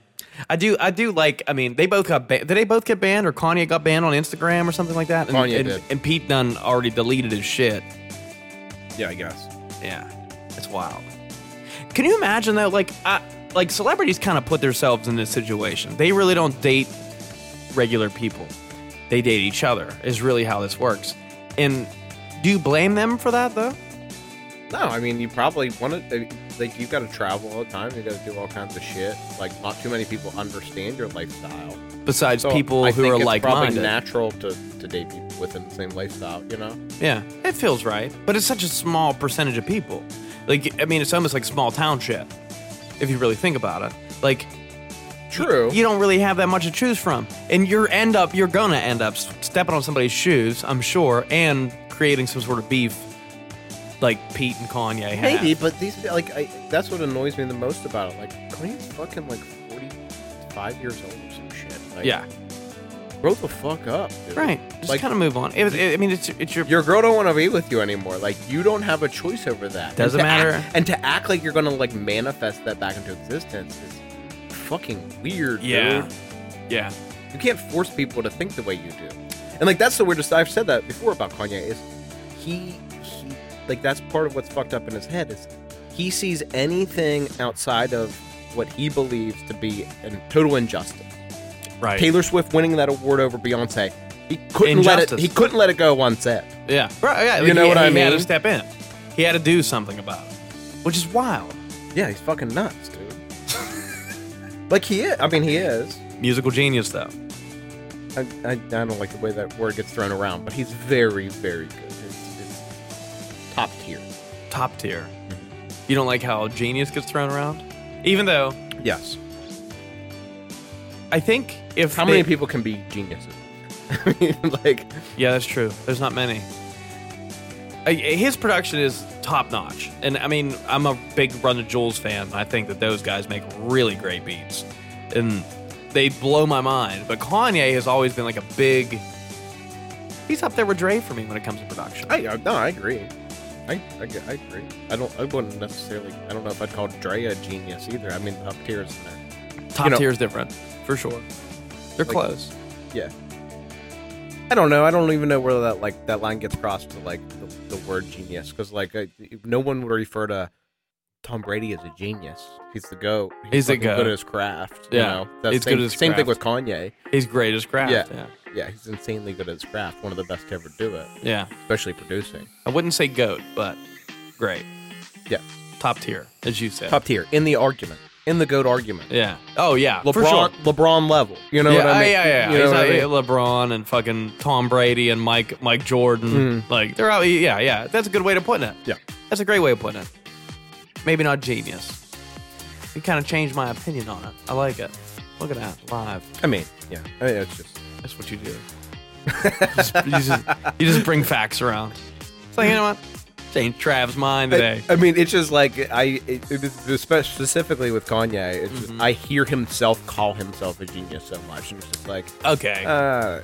F: i do i do like i mean they both got ba- did they both get banned or kanye got banned on instagram or something like that and,
C: Kanye
F: and,
C: did.
F: and pete dunn already deleted his shit
C: Yeah, I guess.
F: Yeah, it's wild. Can you imagine that? Like, I, like celebrities kind of put themselves in this situation. They really don't date regular people. They date each other. Is really how this works. And do you blame them for that though?
C: No, I mean you probably want to. Like you got to travel all the time. You got to do all kinds of shit. Like not too many people understand your lifestyle.
F: Besides
C: So
F: people
C: Oh, I
F: who
C: think
F: are
C: it's
F: like-minded.
C: Probably natural to to date people within the same lifestyle. You know.
F: yeah, it feels right. But it's such a small percentage of people. Like, I mean, it's almost like small town shit. If you really think about it, like
C: True.
F: you don't really have that much to choose from and you're end up you're gonna end up stepping on somebody's shoes i'm sure and creating some sort of beef like pete and kanye had.
C: Maybe, but these like I, that's what annoys me the most about it. Like Kanye's fucking like forty-five years old or some shit. Like,
F: yeah
C: grow the fuck up, dude.
F: right just
C: like
F: kind of move on it, it- i mean it's it's your
C: your girl don't want to be with you anymore. Like you don't have a choice over that. And
F: Doesn't
C: to act-
F: matter.
C: and to act like you're gonna like manifest that back into existence is fucking weird,
F: yeah
C: dude.
F: yeah
C: You can't force people to think the way you do. And like that's the weirdest. I've said that before about Kanye. Is he, he like that's part of what's fucked up in his head is he sees anything outside of what he believes to be a total injustice.
F: right
C: Taylor Swift winning that award over Beyonce, he couldn't let
F: Injustice.
C: it. He couldn't let it go one set.
F: yeah right yeah
C: You
F: like,
C: know
F: he,
C: what I
F: he had to
C: mean?
F: step in he had to do something about it which is wild
C: Yeah, he's fucking nuts, dude. like he is. I mean, he is.
F: musical genius though
C: I, I, I don't like the way that word gets thrown around, but he's very, very good. It's, it's top tier.
F: top tier you don't like how genius gets thrown around even though
C: Yes.
F: i think if
C: How
F: they-
C: many people can be geniuses? I mean, like,
F: Yeah, that's true. There's not many. Uh, His production is top notch, and I mean, I'm a big Run the Jewels fan. I think that those guys make really great beats, and they blow my mind. But Kanye has always been like a big. He's up there with Dre for me when it comes to production.
C: I, I no, I agree. I, I, g- I agree. I don't. I wouldn't necessarily. I don't know if I'd call Dre a genius either. I mean, top tier is in there.
F: Top
C: you know-
F: tier is different, for sure. They're
C: Like-
F: close.
C: Yeah. I don't know. I don't even know where that like that line gets crossed to like the, the word genius because like I, no one would refer to Tom Brady as a genius. He's the goat.
F: He's the
C: fucking
F: goat.
C: good at his craft.
F: Yeah.
C: You know? That's
F: He's
C: same,
F: good at his
C: Same thing
F: craft.
C: with Kanye.
F: He's great as craft.
C: Yeah.
F: yeah,
C: Yeah, he's insanely good at his craft. One of the best to ever do it,
F: yeah.
C: especially producing.
F: I wouldn't say goat, but great,
C: Yeah.
F: top tier, as you said.
C: Top tier in the argument, in the goat argument.
F: Yeah. Oh yeah.
C: LeBron,
F: for sure.
C: LeBron level. You know
F: yeah,
C: what I
F: oh,
C: mean?
F: yeah, yeah, yeah.
C: You know
F: He's
C: what I
F: like
C: mean?
F: LeBron and fucking Tom Brady and Mike Mike Jordan. Like they're out. Yeah, yeah. That's a good way to put it.
C: Hmm. Yeah.
F: that's a great way of putting it. Maybe not genius. It kind of changed my opinion on it. I like it. Look at that live.
C: I mean, yeah. I mean, it's just
F: That's what you do. Just- you, just, you just bring facts around. It's like you know what? Changed Trav's mind today.
C: I, I mean, it's just like I, it, it, was spe- specifically with Kanye, it's
F: Mm-hmm.
C: just, I hear himself call himself a genius so much, and it's just like,
F: okay.
C: uh,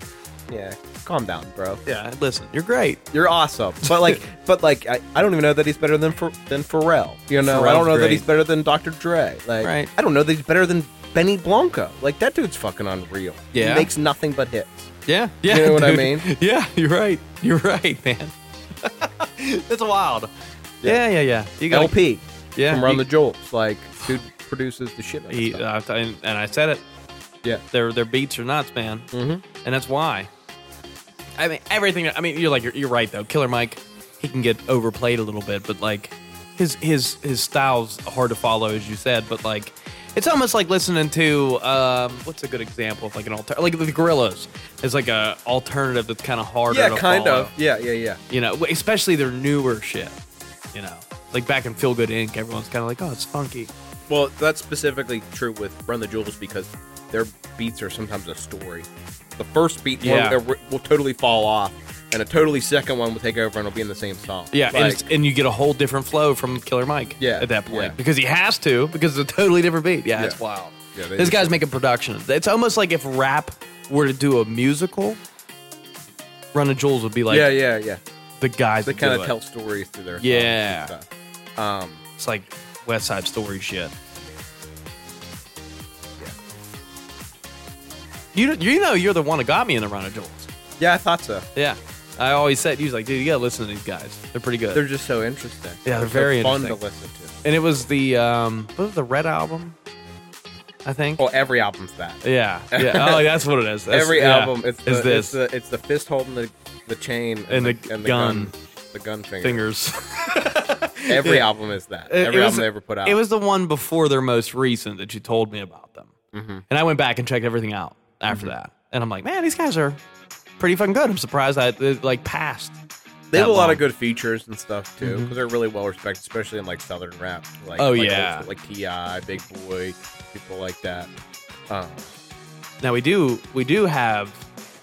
C: yeah, calm down, bro.
F: yeah. Listen, you're great.
C: You're awesome, but like, but like, I, I don't even know that he's better than Ph- than Pharrell. You know, I
F: Pharrell's
C: don't know
F: great.
C: that he's better than Dr. Dre. Like,
F: Right.
C: I don't know that he's better than Benny Blanco. Like that dude's fucking unreal.
F: Yeah.
C: he makes nothing but hits.
F: Yeah, yeah.
C: know what I
F: dude.
C: mean?
F: Yeah, you're right. You're right, man. That's wild. Yeah, yeah, yeah. You gotta-
C: LP,
F: Yeah,
C: from Run
F: you-
C: the Jolts, like dude produces the shit. out of
F: He,
C: stuff.
F: uh, and and I said it.
C: yeah,
F: Their their beats are nuts, man. Mm-hmm. And that's why. I mean, everything. I mean, you're like you're, you're right though. Killer Mike, he can get overplayed a little bit, but like his his his style's hard to follow, as you said. But like, it's almost like listening to um, what's a good example of like an alter like the Gorillas is like a alternative that's kind of harder.
C: yeah,
F: to
C: kind
F: follow.
C: of. Yeah, yeah, yeah.
F: you know, especially their newer shit, you know, like back in Feel Good Inc. Everyone's kind of like, oh, it's funky.
C: Well, that's specifically true with Run the Jewels because their beats are sometimes a story. The first beat
F: Yeah.
C: will, will, totally fall off, and a totally second one will take over and it'll be in the same song.
F: Yeah, and,
C: Like,
F: it's, and you get a whole different flow from Killer Mike.
C: Yeah,
F: at that point
C: yeah.
F: because he has to because it's a totally different beat. Yeah,
C: Yeah.
F: it's wild.
C: Yeah, they
F: this
C: do
F: guy's making production. It's almost like if rap were to do a musical, Run the Jewels would be like
C: yeah, yeah, yeah.
F: the guys
C: They
F: that
C: kind
F: do
C: of
F: it.
C: tell stories through their songs
F: Yeah.
C: and stuff. Um,
F: It's like West Side Story shit.
C: Yeah.
F: You you know you're the one that got me in the Run of Jewels.
C: yeah, I thought so.
F: Yeah. I always said he was like, dude, you gotta listen to these guys. They're pretty good.
C: They're just so interesting.
F: Yeah, they're very
C: fun
F: interesting.
C: to listen to.
F: and it was the um, what was the Red album? I think.
C: Well, every album's that.
F: Yeah, yeah. Oh, that's what it is. That's-
C: Oh, every
F: yeah,
C: album, it's the,
F: is this
C: It's the, it's the fist holding the, the chain
F: And the gun.
C: the gun finger.
F: fingers.
C: Every album is that.
F: It- it
C: Every
F: was-
C: album they ever put out.
F: It was the one before their most recent that you told me about them.
C: Mm-hmm.
F: And I went back and checked everything out after that. And I'm like, man, these guys are pretty fucking good. I'm surprised I it, like passed.
C: they have
F: that
C: a lot
F: long.
C: of good features and stuff too, because they're really well respected, especially in like southern rap. Like,
F: Oh,
C: like old
F: yeah.
C: school, like Ti, Big Boy, people like that. Um,
F: Now we do we do have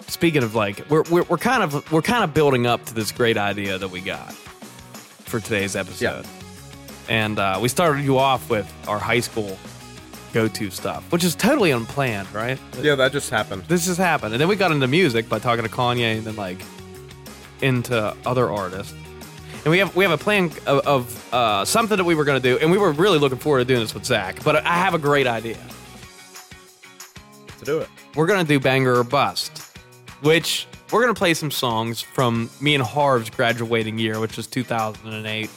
F: speaking of like we're, we're we're kind of we're kind of building up to this great idea that we got for today's episode. And uh, we started you off with our high school go-to stuff, which is totally unplanned, right?
C: yeah, that just happened.
F: this just happened. And then we got into music by talking to Kanye and then like into other artists. And we have we have a plan of, of uh, something that we were gonna do, and we were really looking forward to doing this with Zach. But I have a great idea.
C: to do it.
F: We're gonna do banger or bust, which we're gonna play some songs from me and Harv's graduating year, which was 2008.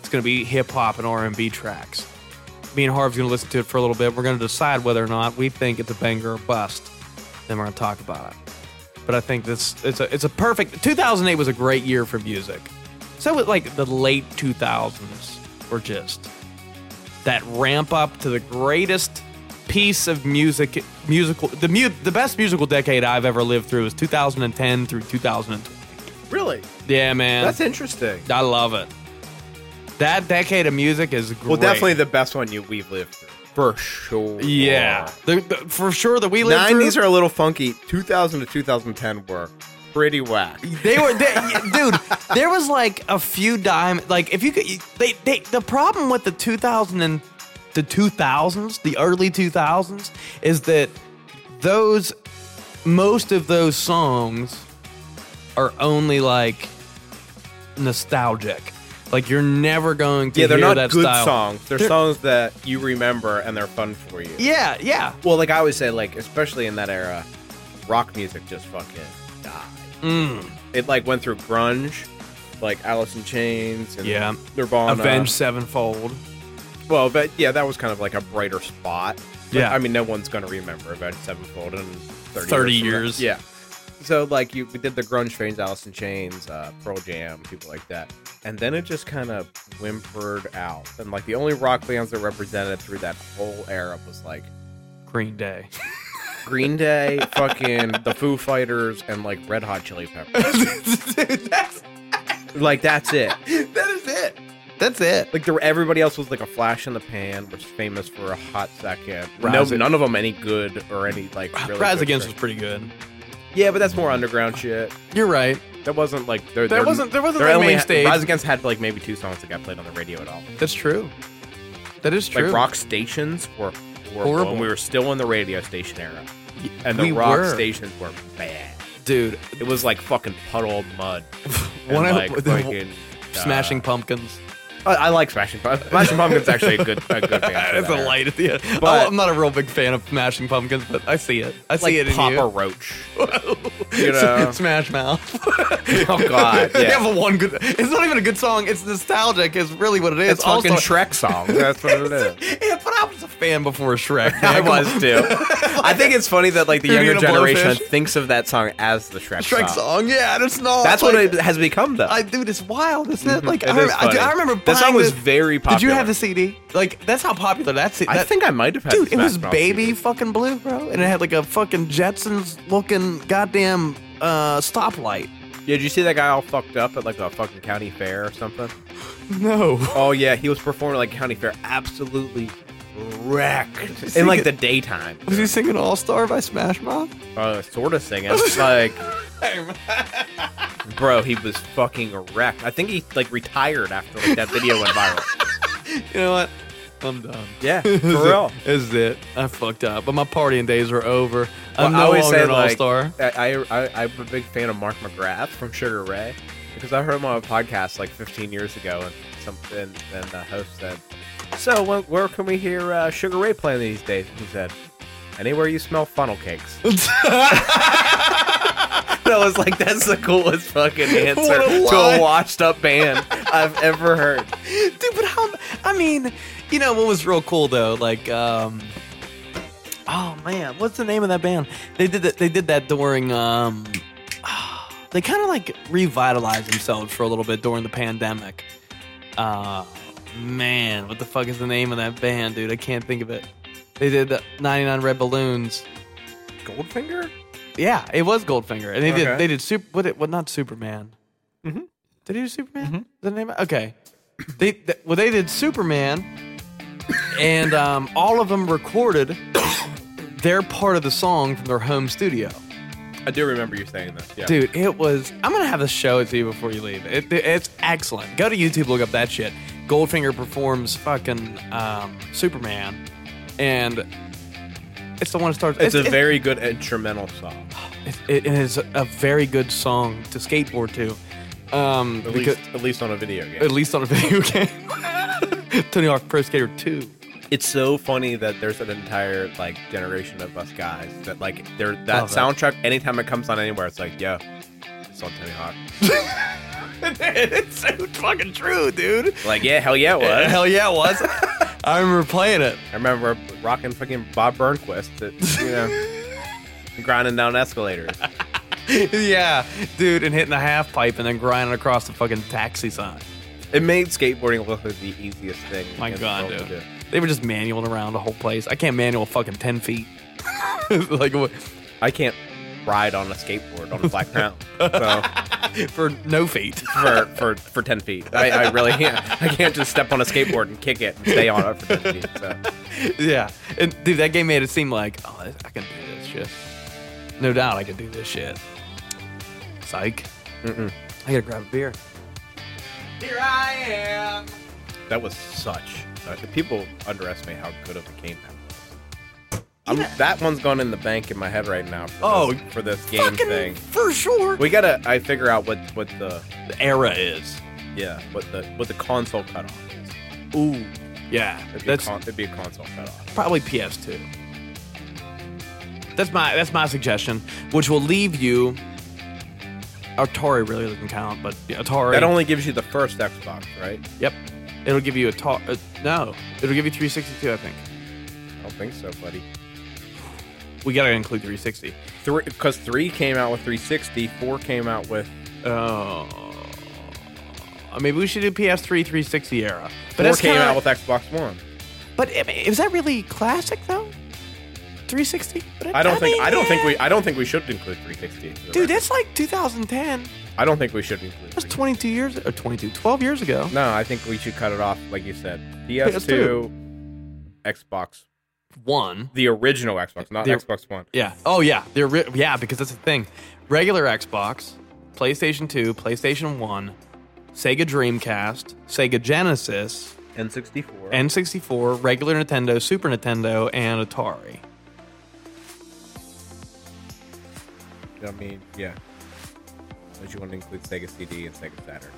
F: It's gonna be hip hop and R and B tracks. Me and Harv's gonna listen to it for a little bit. We're gonna decide whether or not we think it's a banger or bust. Then we're gonna talk about it. But I think this it's a it's a perfect 2008 was a great year for music. So with like the late 2000s were just that ramp up to the greatest piece of music musical the mu- the best musical decade I've ever lived through is 2010 through 2020.
C: Really?
F: Yeah, man.
C: That's interesting.
F: I love it. That decade of music is great.
C: Well, definitely the best one you we've lived through. For sure.
F: yeah, The- the- for sure that we lived through.
C: Nineties are a little funky. Two thousand to two thousand ten were pretty whack.
F: They were, they, dude. There was like a few dime. Like if you could, they, they. The problem with the 2000 and the 2000s, the early 2000s, is that those most of those songs are only like nostalgic. Like you're never going to
C: Yeah, they're
F: hear
C: not
F: that
C: good
F: style.
C: songs. They're,
F: They're-
C: songs that you remember and they're fun for you.
F: Yeah, yeah.
C: Well, like I always say, like especially in that era, rock music just fucking died.
F: Mm.
C: It like went through grunge, like Alice in Chains, and
F: Yeah.
C: Nirvana.
F: Avenged Sevenfold.
C: Well, but yeah, that was kind of like a brighter spot. But,
F: Yeah.
C: I mean, no one's gonna remember Avenged Sevenfold in thirty,
F: 30
C: years. from
F: years.
C: now. Yeah. So like you, we did the grunge phase, Alice in Chains, uh, Pearl Jam, people like that, and then it just kind of whimpered out. And like the only rock bands that represented through that whole era was like
F: Green Day.
C: Green Day, fucking the Foo Fighters, and like Red Hot Chili Peppers.
F: Dude, that's
C: like that's it.
F: that is it. That's it.
C: Like there, were- everybody else was like a flash in the pan, was famous for a hot second. No,
F: Rise-
C: none of them any good or any like really
F: Rise
C: good
F: Against
C: for-
F: was pretty good.
C: Yeah, but that's more underground shit.
F: You're right.
C: That wasn't like there.
F: That wasn't- there wasn't, like, main stage.
C: Rise Against had like maybe two songs that got played on the radio at all.
F: That's true. That is true.
C: Like rock stations were horrible,
F: Horrible.
C: and we were still in the radio station era, and the
F: we
C: rock
F: were.
C: stations were bad.
F: dude.
C: It was like fucking puddle of mud.
F: One
C: And,
F: of-
C: like,
F: the-
C: fucking, uh,
F: Smashing Pumpkins.
C: I, I like Smashing Pumpkins. Smashing Pumpkins actually a good, a good band. for
F: That's
C: that.
F: a light at the end.
C: But-
F: Oh, I'm not a real big fan of Smashing Pumpkins, but I see it. I see
C: Like
F: it in
C: Papa
F: you.
C: Roach. you know?
F: Smash Mouth.
C: oh God,
F: they
C: yeah.
F: have a one good. It's not even a good song. It's nostalgic. Is really what it is.
C: It's fucking
F: Also-
C: Shrek song. That's what it is.
F: Yeah, but I was a fan before Shrek. man.
C: I
F: Come on.
C: was too. I think it's funny that like the
F: Beauty
C: younger
F: and the
C: generation
F: Blowfish.
C: thinks of that song as the Shrek,
F: Shrek song. Yeah, it's not.
C: That's
F: like-
C: what it has become though.
F: I dude, it's wild, isn't it? Like
C: It
F: I, remember,
C: is
F: I, dude,
C: funny.
F: I remember
C: That
F: buying
C: song was
F: the-
C: very
F: Did you
C: popular.
F: have the CD? Like that's how popular that CD.
C: I
F: That,
C: think I might have had.
F: dudude, it
C: Smash
F: was
C: Mouth
F: baby
C: music.
F: fucking blue, bro, and it had like a fucking Jetsons looking goddamn uh, stoplight.
C: Yeah, did you see that guy all fucked up at like a fucking county fair or something?
F: No,
C: Oh yeah, he was performing like county fair, absolutely wrecked in like the daytime.
F: was he singing All Star by Smash Mouth?
C: uh, sort of singing. like, bro, he was fucking wrecked. I think he like retired after like that video went viral.
F: You know what? I'm done.
C: Yeah, for real.
F: This is it. I fucked up, but my partying days are over. I'm
C: Well, I
F: no
C: always
F: longer
C: say,
F: an All
C: like,
F: Star.
C: I, I, I I'm a big fan of Mark McGrath from Sugar Ray because I heard him on a podcast like 15 years ago, and something and the host said, "So when, where can we hear uh, Sugar Ray playing these days?" And he said, "Anywhere you smell funnel cakes."
F: I was like, that's the coolest fucking answer
C: What a
F: to
C: lie.
F: a washed up band I've ever heard. Dude, but how? I mean, you know what was real cool though? Like, um, oh man, what's the name of that band? They did that. They did that during. Um, they kind of like revitalized themselves for a little bit during the pandemic. Uh, man, what the fuck is the name of that band, dude? I can't think of it. They did the 99 Red Balloons.
C: Goldfinger?
F: Yeah, it was Goldfinger, and they
C: Okay. Mm-hmm.
F: did they did super what it well not Superman. Did he do Superman? Is that the name? of- Okay, they, th- well they did Superman, and um, all of them recorded their part of the song from their home studio.
C: I do remember you saying this. Yeah.
F: Dude, it was. I'm gonna have this show it to you before you leave. It, it's excellent. Go to YouTube, look up that shit. Goldfinger performs fucking um, Superman, and it's the one that starts.
C: It's, a very good instrumental song.
F: It, it is a very good song to skateboard to. Um,
C: At
F: because,
C: least, at least on a video game.
F: at least on a video game. Tony Hawk Pro Skater 2.
C: it's so funny that there's an entire like generation of us guys that like they're that
F: Love it.
C: soundtrack anytime it comes on anywhere it's like yo it's on Tony Hawk
F: it's so fucking true, dude.
C: like yeah hell yeah it was
F: Hell yeah, it was. I remember playing it.
C: I remember rocking fucking Bob Burnquist at, you know grinding down escalators
F: yeah, dude, and hitting the half pipe and then grinding across the fucking taxi sign.
C: it made skateboarding look like the easiest thing
F: My
C: in the
F: God,
C: world
F: dude.
C: to do.
F: They were just manualing around the whole place. I can't manual fucking 10 feet. like, what-
C: I can't ride on a skateboard on a flat ground so
F: for no feet.
C: for, for, for 10 feet I, I really can't I can't just step on a skateboard and kick it and stay on it for 10 feet so
F: yeah. And dude, that game made it seem like, oh, I- I can do this shit. No doubt I can do this shit. Psych. I gotta grab a beer.
C: That was such. Uh, people underestimate how good of a game that was. I'm, That one's gone in the bank in my head right now. For
F: Oh,
C: this, for this game thing,
F: for sure.
C: we gotta. I figure out what what the
F: The era is.
C: yeah what the what the console cutoff is.
F: Ooh. Yeah.
C: It'd be,
F: That's
C: a, con- it'd be a console cutoff.
F: probably PS2. That's my that's my suggestion, which will leave you. Atari really doesn't count, but yeah, Atari.
C: That only gives you the first Xbox, right?
F: Yep. It'll give you a tar. Uh, no, it'll give you 362. I think
C: I don't think so, buddy.
F: we gotta include 360.
C: Three because three came out with 360, four came out with.
F: Oh, maybe we should do PS3 360 era. But
C: four
F: that's
C: came
F: kinda-
C: out with Xbox One.
F: But I mean, is that really classic though? 360. But
C: I don't think.
F: mean,
C: I don't think
F: yeah.
C: we. I don't think we should include 360. for the
F: Dude,
C: record.
F: that's like 2010.
C: I don't think we should include.
F: That's
C: 360.
F: 22 years or 22, 12 years ago.
C: No, I think we should cut it off, like you said. PS2, Xbox,
F: One.
C: the original Xbox, not
F: The-
C: Xbox One.
F: Yeah. Oh yeah. The ori- yeah because that's the thing. Regular Xbox, PlayStation 2, PlayStation 1, Sega Dreamcast, Sega Genesis,
C: N64. And
F: N64, regular Nintendo, Super Nintendo, and Atari.
C: I mean, yeah. But you want to include Sega CD and Sega Saturn.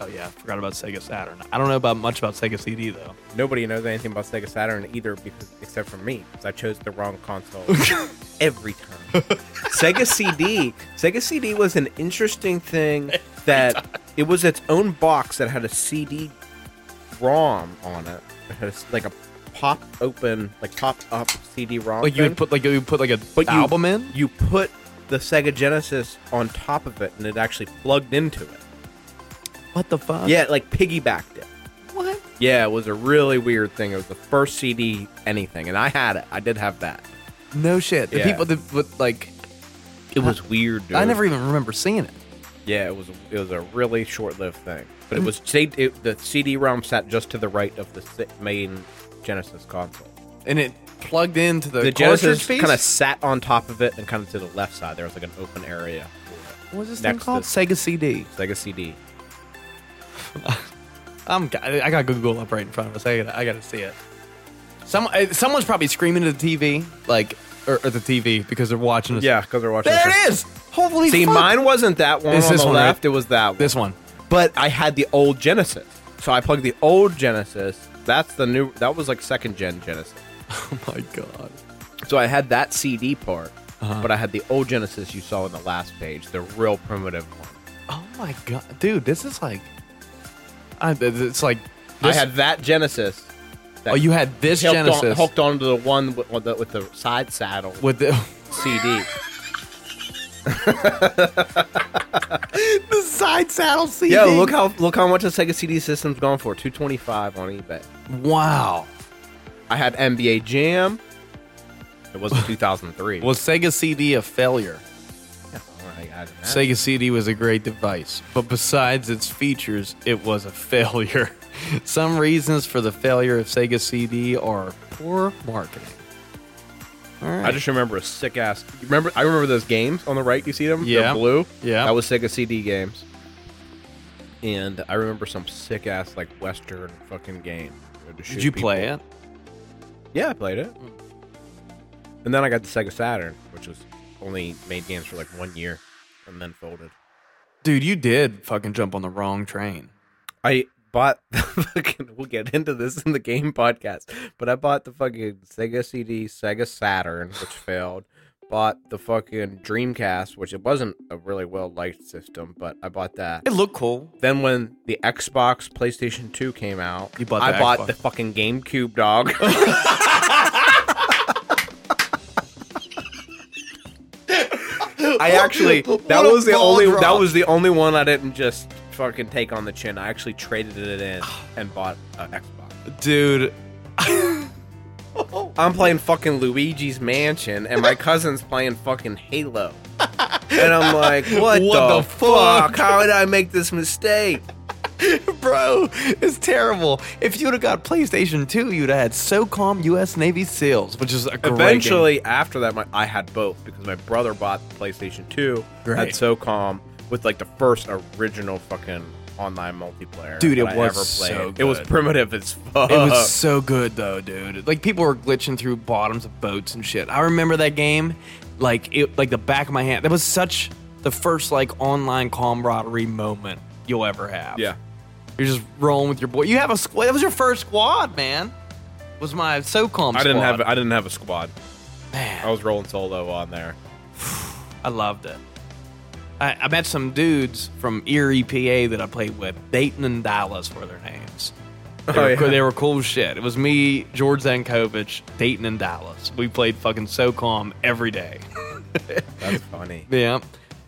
F: Oh yeah, forgot about Sega Saturn. I don't know about much about Sega CD though.
C: Nobody knows anything about Sega Saturn either, because except for me, because I chose the wrong console every time. Sega CD, Sega CD was an interesting thing that it was its own box that had a CD ROM on it. It has like a pop open, like pop up CD ROM.
F: Like you
C: thing.
F: would put like you would put like a
C: But you-
F: album in.
C: you put the Sega Genesis on top of it, and it actually plugged into it.
F: What the fuck?
C: Yeah, it, like piggybacked it.
F: What?
C: Yeah, it was a really weird thing. It was the first CD anything, and I had it. I did have that.
F: No shit. The
C: Yeah.
F: people that would like
C: It was weird. Dude.
F: I never even remember seeing it.
C: Yeah, it was. It was a really short-lived thing, but it was
F: Mm-hmm.
C: saved. It, the CD-ROM sat just to the right of the si- main Genesis console.
F: And it plugged into the,
C: The Genesis
F: cartridge piece.
C: kind of sat on top of it and kind of to the left side. There was like an open area.
F: what was this thing
C: next to
F: called?
C: the-
F: Sega CD.
C: Sega CD.
F: I'm I got Google up right in front of us. I gotta, I gotta see it. Some uh, someone's probably screaming at the TV like or, or the TV because they're watching us.
C: Yeah, because they're watching.
F: There it is. Holy
C: See,
F: fuck.
C: mine wasn't that one
F: It's
C: on
F: this
C: the
F: one, right?
C: left. It was that one.
F: This one.
C: but I had the old Genesis, so I plugged the old Genesis. That's the new. That was like second gen Genesis.
F: Oh my god.
C: So I had that CD part,
F: Uh-huh.
C: But I had the old Genesis you saw in the last page, the real primitive one.
F: Oh my god, dude, this is like, I, th- th- it's like,
C: I
F: this-
C: had that Genesis. That
F: Oh, you had this
C: hooked on-
F: Genesis
C: hooked onto the one with, with, the, with the side saddle
F: with the
C: CD.
F: the side saddle CD.
C: Yo, look how look how much a Sega CD system's gone for two twenty five on eBay.
F: Wow.
C: I had NBA Jam. It wasn't two thousand three.
F: Was Sega CD a failure? Sega CD was a great device, but besides its features, it was a failure. Some reasons for the failure of Sega CD are poor marketing. All right.
C: I just remember a sick ass. you Remember, I remember those games on the right. You see them?
F: Yeah.
C: They're blue.
F: Yeah.
C: That was Sega CD games. And I remember some sick ass like Western fucking game.
F: Did you play it?
C: Yeah, I played it. And then I got the Sega Saturn, which was only made games for like one year, and then folded.
F: Dude, you did fucking jump on the wrong train.
C: I bought the fucking. We'll get into this in the game podcast, but I bought the fucking Sega CD, Sega Saturn, which failed. Bought the fucking Dreamcast, which it wasn't a really well liked system, but I bought that.
F: It looked cool.
C: Then when the Xbox PlayStation 2 came out,
F: You bought
C: I
F: the
C: bought
F: Xbox.
C: the fucking GameCube dog. I actually that was the only that was the only one I didn't just fucking take on the chin. I actually traded it in and bought an Xbox.
F: Dude,
C: I'm playing fucking Luigi's Mansion and my cousin's playing fucking Halo. And I'm like, what,
F: What
C: the,
F: the
C: fuck?
F: fuck?
C: How did I make this mistake?
F: bro, it's terrible. If you'd have got PlayStation 2, you'd have had SOCOM US Navy SEALs, which is a great game.
C: Eventually, after that, my, I had both because my brother bought the PlayStation 2 at
F: Great.
C: SOCOM with like the first original fucking online multiplayer.
F: Dude, it
C: that I
F: was
C: ever
F: so
C: played. It was
F: good.
C: primitive as fuck.
F: It was so good though, dude. Like people were glitching through bottoms of boats and shit. I remember that game, like it, like the back of my hand. That was such the first like online camaraderie moment you'll ever have.
C: yeah.
F: you're just rolling with your boy. You have a squad. That was your first squad, man. Was my SOCOM squad.
C: I didn't have I didn't have a squad.
F: Man,
C: I was rolling solo on there.
F: I loved it. I, I met some dudes from Erie, PA that I played with. Dayton and Dallas were their names. They,
C: Oh,
F: were,
C: yeah.
F: cool- they were cool as shit. It was me, George Zankovich, Dayton, and Dallas. We played fucking SOCOM every day.
C: That's funny.
F: yeah.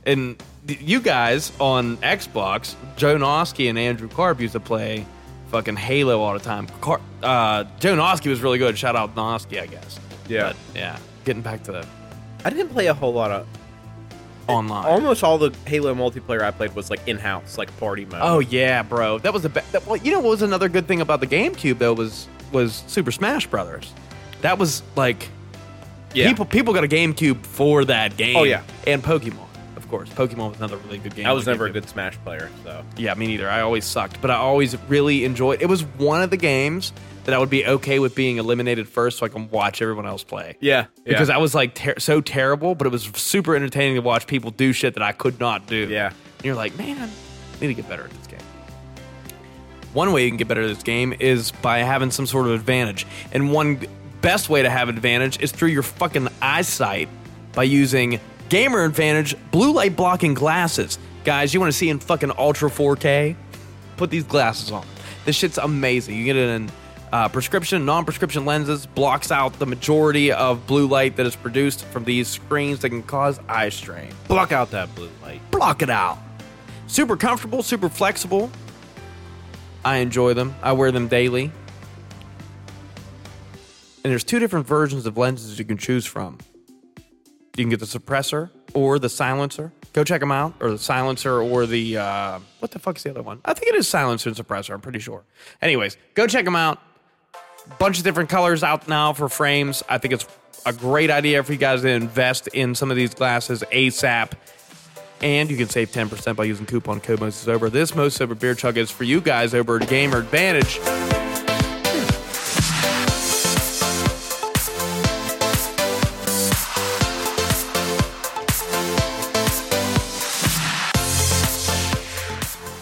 F: And th- you guys on Xbox, Joe Noski and Andrew Carp used to play fucking Halo all the time. Car- uh, Joe Noski was really good. Shout out Noski, I guess.
C: Yeah.
F: But, yeah. Getting back to the
C: I didn't play a whole lot of.
F: online.
C: Almost all the Halo multiplayer I played was like in house, like party mode.
F: Oh yeah, bro. That was the best. Well, you know what was another good thing about the GameCube though was was Super Smash Brothers. That was like
C: yeah.
F: people people got a GameCube for that game.
C: Oh, yeah.
F: and Pokemon, of course. Pokemon was another really good game.
C: I was
F: on
C: never a
F: GameCube.
C: good Smash player, so.
F: Yeah, me neither. I always sucked, but I always really enjoyed. It was one of the games that I would be okay with being eliminated first, so I can watch everyone else play.
C: Yeah.
F: Because I was like ter- so terrible, but it was super entertaining to watch people do shit that I could not do.
C: Yeah.
F: And you're like, man, I need to get better at this game. One way you can get better at this game is by having some sort of advantage. And one g- best way to have advantage is through your fucking eyesight by using gamer advantage blue light blocking glasses. Guys, you want to see in fucking ultra 4K? Put these glasses on. This shit's amazing. You get it in uh, prescription, non-prescription lenses, blocks out the majority of blue light that is produced from these screens that can cause eye strain.
C: block out that blue light.
F: Block it out. Super comfortable, super flexible. I enjoy them. I wear them daily. And there's two different versions of lenses you can choose from. You can get the suppressor or the silencer. Go check them out, or the silencer or the uh, what the fuck is the other one? I think it is silencer and suppressor. I'm pretty sure. Anyways, go check them out. Bunch of different colors out now for frames. I think it's a great idea for you guys to invest in some of these glasses ASAP. And you can save 10% by using coupon code Moses Over. This Moses Over beer chug is for you guys over at Gamer Advantage.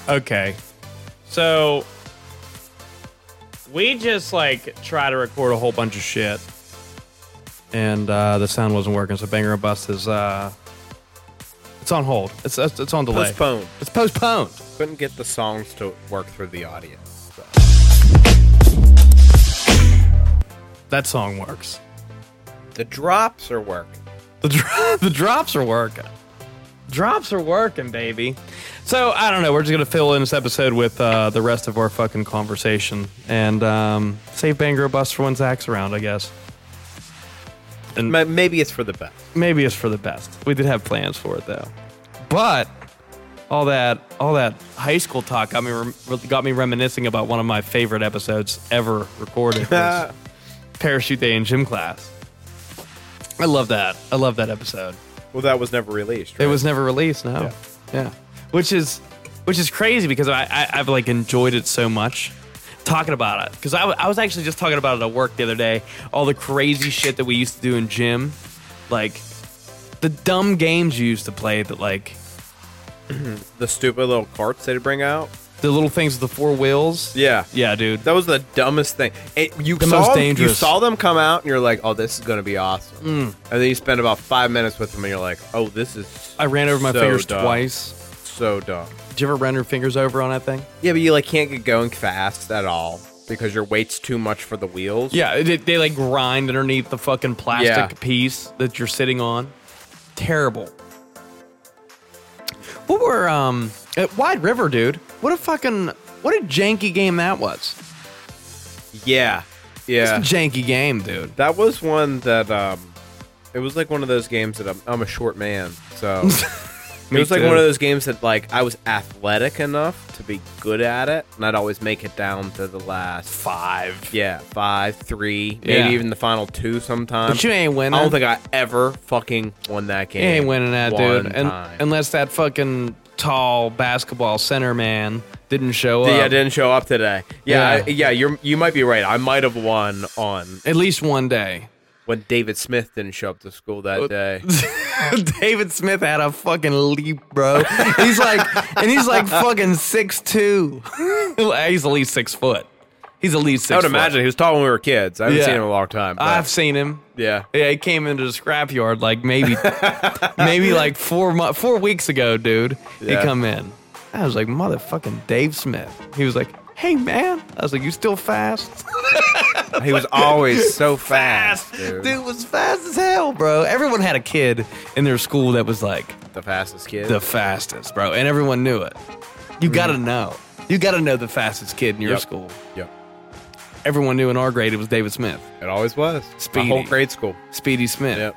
G: Okay. So we just like try to record a whole bunch of shit.
F: and uh, the sound wasn't working. So Banger and Bust is uh, it's on hold. It's it's, it's on delay.
C: Postponed.
F: It's postponed.
C: Couldn't get the songs to work through the audience. so.
F: That song works.
C: The drops are working.
F: The, dro- the drops are working. Drops are working, baby. So I don't know. We're just gonna fill in this episode with uh, the rest of our fucking conversation and um, save Banger and Bust for when Zach's around, I guess. And
C: Ma- Maybe it's for the best.
F: maybe it's for the best. We did have plans for it though, but all that all that high school talk got me rem- got me reminiscing about one of my favorite episodes ever recorded, was parachute day in gym class. I love that. I love that episode.
C: Well, that was never released.
F: It
C: right?
F: was never released. No, yeah, which is which is crazy because I, I I've like enjoyed it so much talking about it because I, w- I was actually just talking about it at work the other day. All the crazy shit that we used to do in gym, like the dumb games you used to play that like
C: the stupid little carts they'd bring out.
F: the little things with the four wheels.
C: Yeah.
F: yeah, dude.
C: That was the dumbest thing. It, you
F: The
C: saw
F: most
C: them- You
F: dangerous. Mm.
C: saw them come out, and you're like, "Oh, this is gonna be awesome." And then you spend about five minutes with them, and you're like, "Oh, this is."
F: I ran over my
C: so
F: fingers
C: dumb.
F: twice.
C: So dumb.
F: Did you ever run your fingers over on that thing?
C: Yeah, but you like can't get going fast at all because your weight's too much for the wheels.
F: Yeah, they, they like grind underneath the fucking plastic
C: Yeah.
F: piece that you're sitting on. Terrible. What were um at Wide River, dude? What a fucking what a janky game that was.
C: yeah, yeah.
F: It's a janky game, dude.
C: That was one that um, it was like one of those games that I'm, I'm a short man, so it was like
F: too.
C: one of those games that like I was athletic enough to be good at it, and I'd always make it down to the last five. Yeah, five, three,
F: Yeah.
C: maybe even the final two sometimes.
F: But you ain't winning.
C: I don't think I ever fucking won that
F: you
C: game.
F: ain't winning that,
C: one
F: dude. And,
C: time.
F: unless that fucking tall basketball center man didn't show up.
C: yeah, I didn't show up today. Yeah,
F: Yeah.
C: I- yeah, you're you might be right. I might have won on
F: At least one day.
C: when David Smith didn't show up to school
F: Uh,
C: that day.
F: David Smith had a fucking leap, bro. He's like, and he's like fucking six two. he's at least six foot. He's at least six.
C: I would
F: foot.
C: imagine he was tall when we were kids. I haven't
F: Yeah.
C: seen him in a long time. but-
F: I've seen him.
C: Yeah.
F: Yeah, he came into the scrapyard like maybe, maybe like four mo- four weeks ago, dude.
C: Yeah.
F: He come in. I was like, motherfucking Dave Smith. He was like, hey man. I was like, you still fast?
C: He was always so fast.
F: dude.
C: dude.
F: was fast as hell, bro. Everyone had a kid in their school that was like
C: The fastest kid.
F: the fastest, bro, and everyone knew it. You gotta know. You gotta know the fastest kid in your
C: Mm-hmm.
F: school.
C: Yep. yep.
F: Everyone knew in our grade it was David Smith,
C: It always was.
F: Speedy.
C: My whole grade school.
F: Speedy Smith.
C: Yep.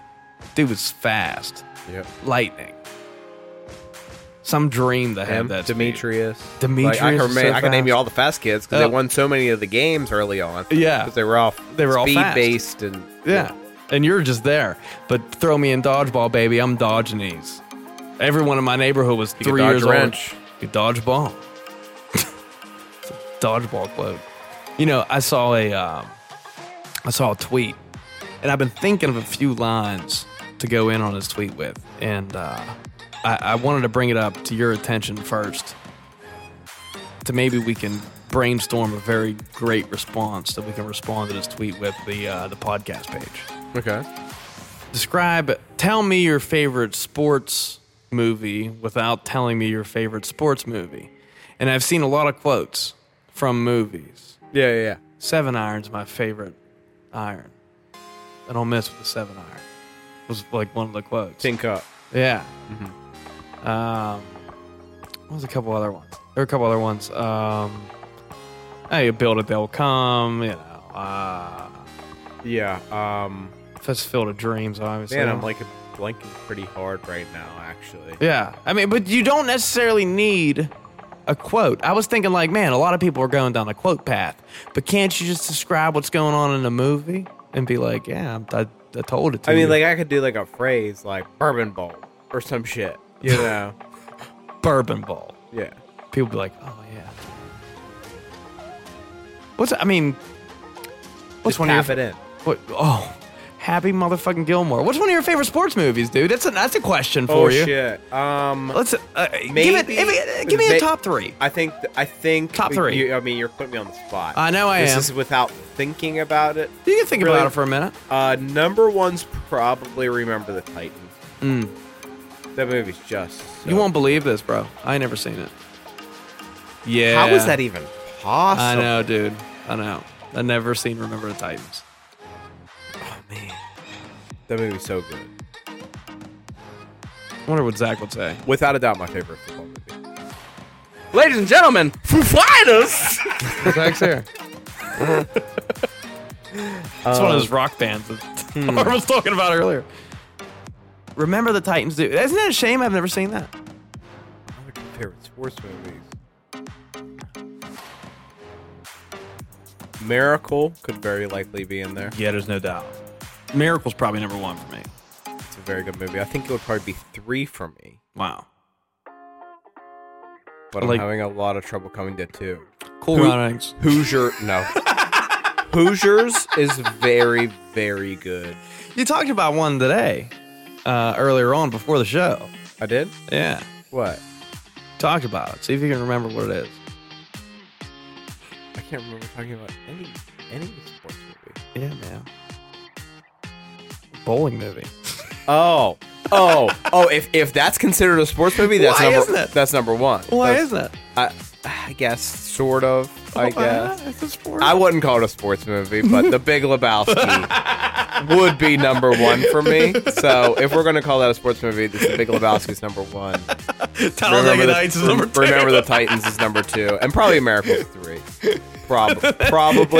F: Dude was fast,
C: Yep.
F: lightning. Some dream that had
C: Him,
F: that. speed.
C: Demetrius.
F: Demetrius
C: Like, I, can
F: was
C: rema-
F: so
C: I can name you
F: fast.
C: all the fast kids because
F: Oh.
C: they won so many of the games early on.
F: Yeah.
C: Because they were all
F: They were all
C: speed
F: fast.
C: based and
F: Yeah. And you're just there. But throw me in dodgeball, baby. I'm dodging these. Everyone in my neighborhood was
C: could
F: three
C: dodge
F: years
C: a
F: old.
C: wrench.
F: You could dodge ball. It's a dodgeball quote. You know, I saw a, um, I saw a tweet, and I've been thinking of a few lines to go in on his tweet with, and uh, I, I wanted to bring it up to your attention first, to maybe we can brainstorm a very great response that we can respond to this tweet with the uh, the podcast page
C: Okay.
F: describe tell me your favorite sports movie without telling me your favorite sports movie and i've seen a lot of quotes from movies
C: Yeah, yeah, yeah.
F: seven iron's my favorite iron i don't mess with the seven iron was like one of the quotes
C: Tin Cup.
F: yeah
C: Mm-hmm.
F: um what was a couple other ones there were a couple other ones um hey you build it they'll come you know uh
C: Yeah. Um,
F: that's filled with dreams obviously
C: man, I'm like blanking pretty hard right now, actually.
F: Yeah. I mean, but you don't necessarily need a quote. I was thinking, like, man, a lot of people are going down the quote path, but can't you just describe what's going on in a movie and be like, yeah, I, I, I told it to
C: I
F: you.
C: mean, like, I could do like a phrase like bourbon bowl or some shit. You know?
F: bourbon ball.
C: yeah.
F: People be like, oh, yeah. What's, I mean, what's
C: Just
F: one
C: tap
F: of your,
C: it in.
F: What, oh, Happy motherfucking Gilmore. What's one of your favorite sports movies, dude? That's a that's a question for
C: oh
F: you.
C: shit. Um,
F: Let's uh, give it.
C: Maybe-
F: Give, me- give me
C: may-
F: a top three.
C: I think I think
F: Top three.
C: You, I mean, you're putting me on the spot.
F: I know I
C: this
F: am.
C: is without thinking about it.
F: You can think
C: Really?
F: about it for a minute.
C: Uh, number one's probably Remember the Titans. That movie's just. so-
F: Mm. You won't believe this, bro. I never seen it. Yeah.
C: How is that even possible?
F: I know, dude. I know. I never seen Remember the Titans.
C: That movie's so good.
F: I wonder what Zach would say.
C: Without a doubt, my favorite football movie.
H: Ladies and gentlemen, Foo Fighters.
F: Zach's here. It's one of those rock bands that I was talking about earlier. Hmm. Remember the Titans, dude. Isn't that a shame? I've never seen that.
C: One of my favorite sports movies. Miracle could very likely be in there.
G: Yeah, there's no doubt.
F: Miracle's probably number one for me.
C: It's a very good movie. I think it would probably be three for me,
F: Wow.
C: but
F: Like-
C: I'm having a lot of trouble coming to two.
F: Cool runnings.
C: Hoosier, no. Hoosiers is very, very good.
F: You talked about one today, uh, earlier on before the show.
C: I did?
F: Yeah.
C: What?
F: Talked about it. See if you can remember what it is.
C: I can't remember talking about any any sports movie.
F: Yeah, man. Bowling movie.
C: Oh, oh, oh! If if that's considered a sports movie, that's
F: Why
C: number
F: isn't it?
C: that's number one.
F: Why
C: That's-
F: is that?
C: I, I guess sort of. I guess
F: It's a sport.
C: I wouldn't call it a sports movie, but The Big Lebowski would be number one for me. So if we're gonna call that a sports movie, this The Big Lebowski's number one.
F: Talladega Nights is number two.
C: Remember the Titans is number two, and probably Miracle's three. Prob- probably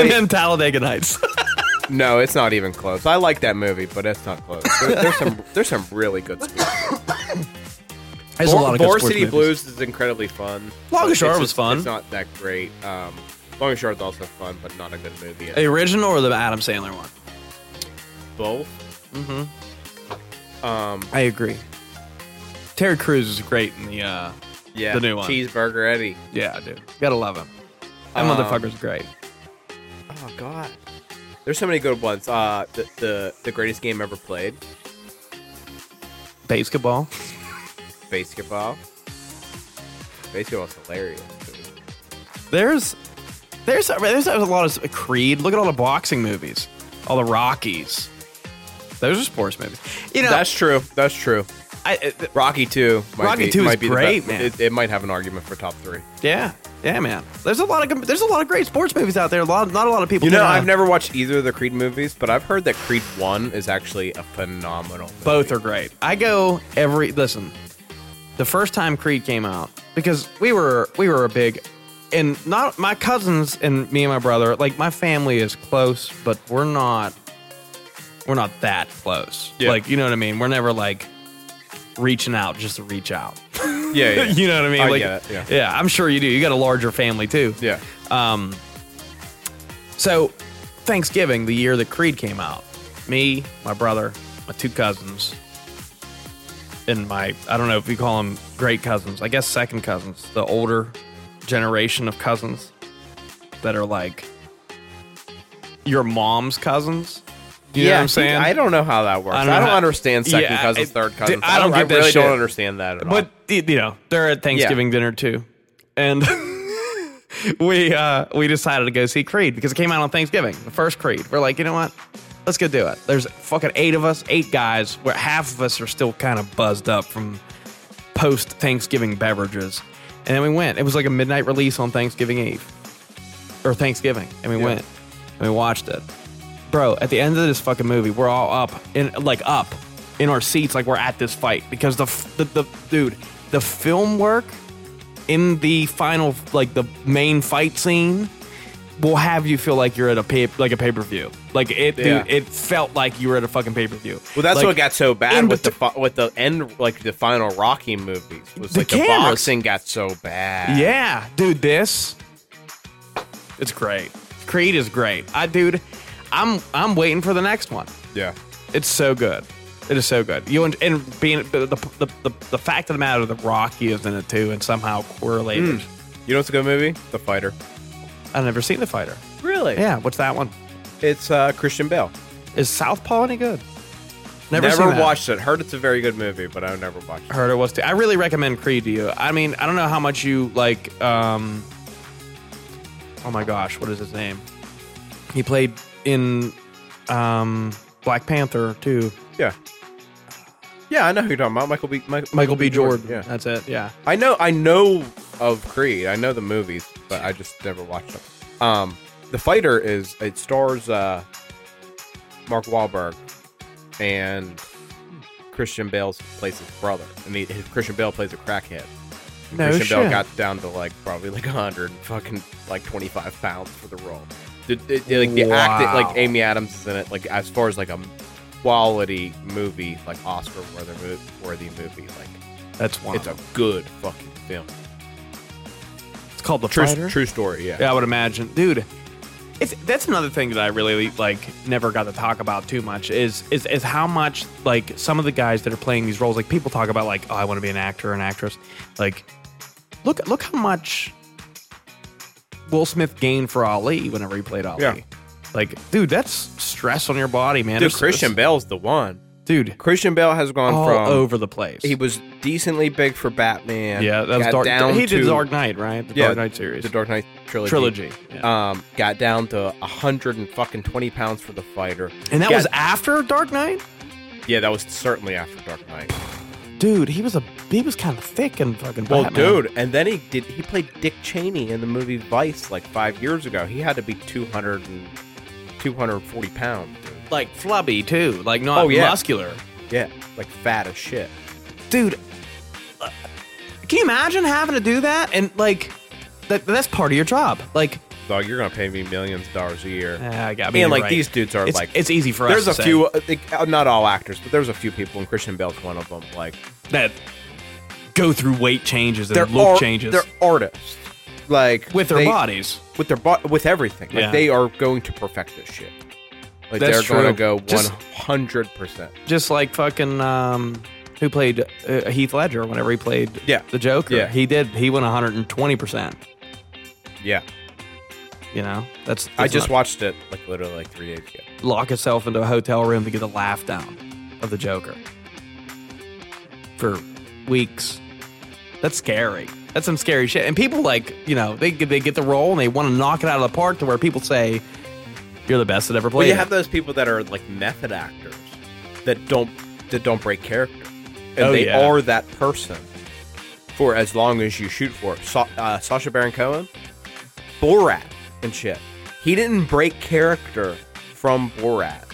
F: and then Talladega Nights.
C: no, it's not even close. I like that movie, but it's not close. There- there's some there's some really good sports.
F: There's
C: Var- Varsity Blues is incredibly fun.
F: Longest
C: It's
F: Yard
C: just-
F: was fun.
C: It's not that great. Um, Longest Yard's also fun, but not a good movie.
F: The original or the Adam Sandler one?
C: both. Mm-hmm. Um,
F: I agree. Terry Crews is great in the. uh
C: yeah,
F: The new one.
C: Cheeseburger Eddie.
F: Yeah, dude. Gotta love him. That
C: Um,
F: motherfucker's great.
C: Oh God, there's so many good ones. Uh, the the, the greatest game ever played,
F: Basketball.
C: basketball. Basketball's hilarious. dude.
F: There's, there's, there's a lot of Creed. Look at all the boxing movies, all the Rockies. Those are sports movies. You know,
C: That's true. That's true.
F: I, uh,
C: Rocky Two. might
F: Rocky
C: be-
F: II is
C: might be the
F: great,
C: best-
F: man.
C: It, it might have an argument for top three.
F: yeah, yeah, man. There's a lot of good- there's a lot of great sports movies out there. A lot, not a lot of people.
C: You know,
F: know,
C: I've never watched either of the Creed movies, but I've heard that Creed One is actually a phenomenal. Movie.
F: Both are great. I go every listen. The first time Creed came out, because we were we were a big, and not my cousins and me and my brother. Like my family is close, but we're not we're not that close.
C: Yeah.
F: Like you know what I mean. We're never like reaching out just to reach out.
C: Yeah, yeah.
F: you know what I mean?
C: I
F: like
C: get it, yeah.
F: I'm sure you do. You got a larger family too.
C: yeah.
F: Um, so Thanksgiving, the year that Creed came out, me, my brother, my two cousins, and my I don't know if you call them great cousins. I guess second cousins, the older generation of cousins that are like your mom's cousins. You know what I'm saying?
C: I don't know how that works.
F: I
C: I
F: don't
C: don't,
F: know how-
C: understand second
F: Yeah,
C: cousins,
F: I-
C: third
F: d-
C: cousins.
F: I don't get that
C: really
F: shit.
C: don't understand that at
F: But
C: all.
F: y- you know, they're at Thanksgiving dinner too, and we uh, we decided to go see Creed because it came out on Thanksgiving, the first Creed. We're like, you know what? Let's go do it. There's fucking eight of us, eight guys. Where half of us are still kind of buzzed up from post Thanksgiving beverages, and then we went. It was like a midnight release on Thanksgiving Eve or Thanksgiving, and we went and we watched it. Bro, at the end of this fucking movie, we're all up in like up in our seats, like we're at this fight because the f- the, the dude, the film work in the final like the main fight scene will have you feel like you're at a pay, like a pay per view. Like it,
C: Yeah.
F: dude, it felt like you were at a fucking pay per view.
C: Well, that's
F: like,
C: what got so
F: in
C: bad with the
F: betw-
C: fi- with the end, like the final Rocky movies. Was
F: The
C: like the
F: cameras.
C: boxing got so bad.
F: Yeah, dude, this it's great. Creed is great. I dude, I'm I'm waiting for the next one.
C: yeah.
F: It's so good. It is so good. You and, and being the, the, the, the, the fact of the matter, the Rocky is in it too, and somehow correlated.
C: You know what's a good movie? The Fighter.
F: I've never seen The Fighter.
C: Really?
F: Yeah, what's that one?
C: It's uh, Christian Bale.
F: Is Southpaw any good?
C: Never,
F: seen that.
C: watched it. Heard it's a very good movie, but I've never watched it.
F: heard it was too. I really recommend Creed to you. I mean, I don't know how much you like. Um, oh my gosh, what is his name? He played in um, Black Panther too.
C: Yeah. Yeah, I know who you're talking about. Michael B. Michael,
F: Michael B. Jordan.
C: Yeah.
F: That's it. Yeah.
C: I know I know of Creed. I know the movies, but I just never watched them. Um, the fighter is it stars uh, Mark Wahlberg and Christian Bale plays his brother. I mean, his, Christian Bale plays a crackhead.
F: No
C: Christian Bale
F: shit.
C: got down to like probably like 100 and fucking like 25 pounds for the role. The, the- the- like the act that
F: Wow.
C: like Amy Adams is in it, like as far as like a quality movie, like Oscar worthy worthy movie, like
F: That's one.
C: it's a good fucking film.
F: It's called the
C: True,
F: Fighter.
C: true story. Yeah.
F: Yeah, I would imagine, dude. It's, that's another thing that I really like never got to talk about too much is is is how much like some of the guys that are playing these roles like people talk about like oh I want to be an actor or an actress like look look how much Will Smith gained for Ali whenever he played Ali
C: Yeah.
F: like dude that's stress on your body man
C: Dude,
F: It's-
C: Christian
F: it's-
C: Bale's the one.
F: dude
C: Christian Bale has gone
F: all
C: from
F: over the place
C: he was decently big for Batman.
F: yeah that was
C: got
F: dark
C: Down
F: he did
C: to,
F: the Dark Knight right the
C: Yeah,
F: Dark Knight series
C: the Dark Knight trilogy.
F: trilogy Yeah.
C: Um, got down to a hundred and fucking twenty pounds for the fighter,
F: and that
C: got-
F: was after Dark Knight
C: yeah, that was certainly after Dark Knight.
F: dude, he was a he was kind of thick and fucking.
C: Well,
F: Batman.
C: dude, and then he did he played Dick Cheney in the movie Vice like five years ago. He had to be 200 and 240 pounds. dude.
F: like flubby too, like not
C: Oh, yeah.
F: muscular.
C: Yeah, like fat as shit.
F: Dude, uh, can you imagine having to do that and like that? That's part of your job. Like,
C: Dog, you're gonna pay me millions of dollars a year.
F: I got
C: and like these dudes are
F: it's,
C: like
F: it's easy for
C: there's a
F: us. to say
C: few uh, like, uh, not all actors but there's a few people and christian bale's one of them like
F: that go through weight changes and
C: they're
F: look
C: ar-
F: changes
C: they're artists like
F: with their
C: they-
F: bodies.
C: with their bo- with everything like
F: Yeah.
C: they are going to perfect this shit like
F: That's
C: they're
F: true.
C: gonna go
F: Just-
C: 100 percent
F: just like fucking um who played uh, Heath Ledger whenever he played
C: Yeah.
F: the Joker.
C: Yeah.
F: He did. He went 120. percent
C: yeah
F: You know, that's,
C: i
F: that's
C: just
F: not-
C: watched it like literally like three days ago
F: lock itself into a hotel room to get a laugh down of the Joker for weeks. That's scary. That's some scary shit. And people like, you know, they get- they get the role and they want to knock it out of the park to where people say, "You're the best that ever
C: well
F: played."
C: you
F: it."
C: have those people that are like method actors that don't that don't break character and
F: Oh,
C: they
F: yeah.
C: are that person for as long as you shoot for it. Sa- uh, Sasha Baron Cohen, Borat and shit. He didn't break character from Borat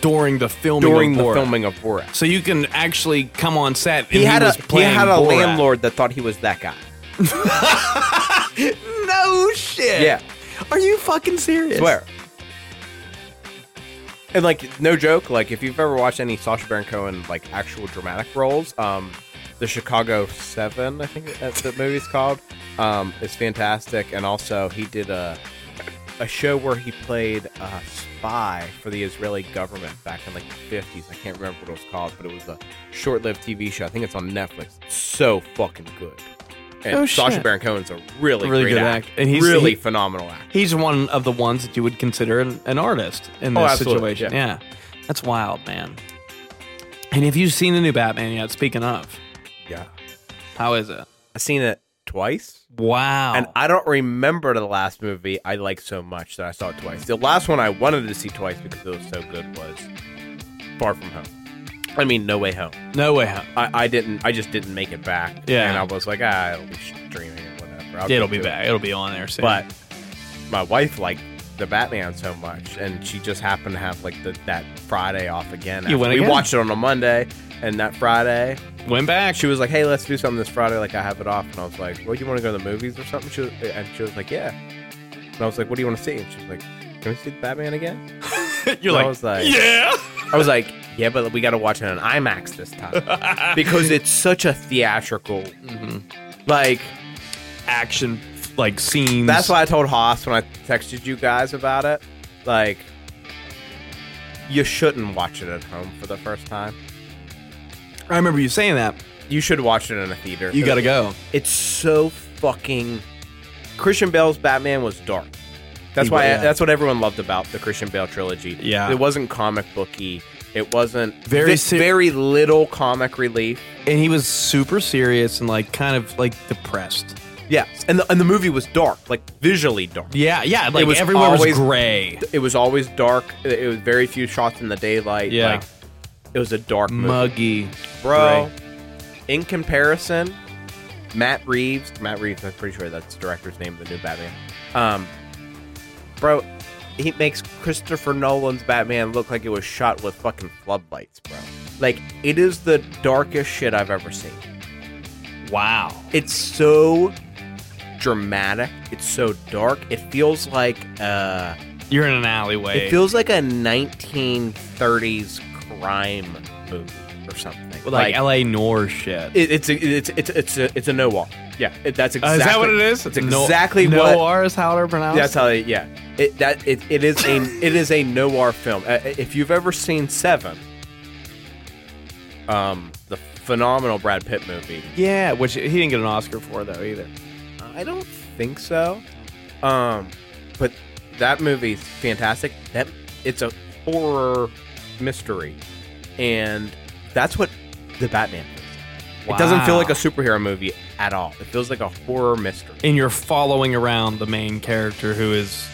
F: during the filming.
C: during
F: of
C: the
F: Borat.
C: filming of Borat.
F: so you can actually come on set. And
C: He, had
F: was
C: a he
F: playing
C: had a
F: Borat.
C: landlord that thought he was that guy.
F: No shit.
C: Yeah.
F: Are you fucking serious?
C: Swear. And like no joke, like if you've ever watched any Sasha Baron Cohen like actual dramatic roles, um, the Chicago Seven, I think that the movie's called, um, is fantastic. And also he did a a show where he played a spy for the Israeli government back in like the fifties. I can't remember what it was called, but it was a short-lived TV show. I think it's on Netflix. So fucking good. And
F: Oh,
C: Sasha
F: shit.
C: Baron Cohen's a really,
F: Really
C: great
F: good
C: act.
F: act. And he's-
C: really
F: he-
C: phenomenal actor.
F: he's one of the ones that you would consider an, an artist in
C: Oh,
F: this
C: absolutely,
F: situation. Yeah. That's wild, man. And have you seen the new Batman yet? Speaking of,
C: Yeah.
F: how is it?
C: I've seen it twice,
F: Wow.
C: and I don't remember the last movie I liked so much that I saw it twice. The last one I wanted to see twice because it was so good was Far From Home. I mean, No Way Home.
F: no way. Home.
C: I, I didn't. I just didn't make it back.
F: Yeah.
C: and I was like, ah, it'll be streaming or whatever. I'll
F: It'll
C: get
F: be
C: to it."
F: back. It'll be on there soon.
C: But my wife liked the Batman so much, and she just happened to have like the, that Friday off again.
F: You went
C: we
F: again?
C: watched it on a Monday, and that Friday
F: went back.
C: she was like, "Hey, let's do something this Friday." Like I have it off, and I was like, "Well, you want to go to the movies or something?" She was, and she was like, "Yeah." And I was like, "What do you want to see?" And she was like, "Can we see Batman again?"
F: You're
C: And
F: like,
C: I was like,
F: yeah.
C: I was like, "Yeah, but we got to watch it on IMAX this time because it's such a theatrical,
F: Mm-hmm.
C: like."
F: Action like scenes.
C: That's why I told Haas when I texted you guys about it, like, you shouldn't watch it at home for the first time.
F: I remember you saying that.
C: You should watch it in a theater.
F: You got to go.
C: It's so fucking. Christian Bale's Batman was dark. That's
F: He
C: why.
F: would.
C: That's what everyone loved about the Christian Bale trilogy.
F: Yeah.
C: it wasn't comic booky. It wasn't
F: Very
C: very
F: ser-
C: very little comic relief.
F: and he was super serious and like kind of like depressed.
C: Yeah, and the, and the movie was dark, like visually dark.
F: Yeah, yeah. Like
C: was
F: everywhere
C: always-
F: was gray,
C: It was always dark. It was very few shots in the daylight.
F: Yeah.
C: like, it was a dark movie.
F: muggy.
C: bro. In comparison, Matt Reeves, Matt Reeves, I'm pretty sure that's the director's name of the new Batman. Um, bro, he makes Christopher Nolan's Batman look like it was shot with fucking floodlights, bro. Like it is the darkest shit I've ever seen.
F: Wow.
C: It's so dramatic. It's so dark. It feels like uh,
F: You're in an alleyway.
C: it feels like a 1930s crime movie or something.
F: with like, LA Noir shit.
C: It, it's a, it's it's it's a it's a no wall. Yeah, it, that's
F: Uh,
C: exactly.
F: is that what it is?
C: It's exactly
F: no,
C: what.
F: Noir is how they're pronounced.
C: That's how. They, yeah, it that it, it is a it is a noir film. Uh, if you've ever seen Seven, um, the phenomenal Brad Pitt movie.
F: yeah, which he didn't get an Oscar for though either.
C: I don't think so. Um, but that movie's fantastic. That it's a horror mystery, and that's what the Batman. Is. It doesn't feel
F: Wow.
C: like a superhero movie at all. It feels like a horror mystery.
F: And you're following around the main character who is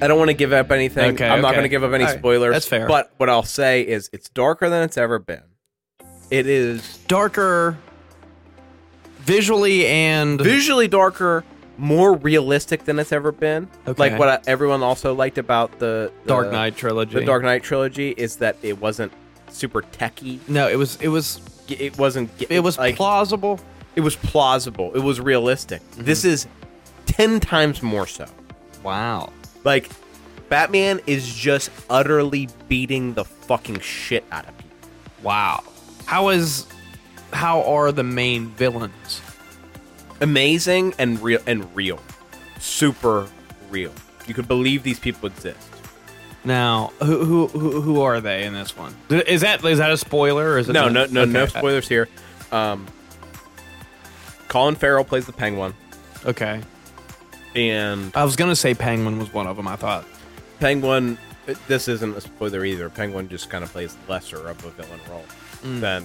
C: I don't want to give up anything.
F: Okay,
C: I'm not
F: okay.
C: going to give up any
F: All right,
C: spoilers.
F: that's fair.
C: But what I'll say is it's darker than it's ever been. It is
F: darker visually and
C: visually darker, more realistic than it's ever been.
F: Okay.
C: Like what I, everyone also liked about the, the
F: Dark Knight trilogy.
C: the Dark Knight trilogy is that it wasn't super techy.
F: No, it was it was
C: It wasn't.
F: it was
C: like
F: plausible.
C: it was plausible. It was realistic.
F: Mm-hmm.
C: This is ten times more so.
F: Wow.
C: Like Batman is just utterly beating the fucking shit out of people.
F: Wow. How is how are the main villains?
C: amazing and real and real super real you could believe these people exist
F: Now, who who who, who are they in this one? Is that is that a spoiler or is it
C: no no no no
F: okay.
C: spoilers here um colin farrell plays the penguin
F: Okay.
C: and
F: I was going to say Penguin was one of them, I thought.
C: penguin this isn't a spoiler either penguin just kind of plays lesser of a villain role than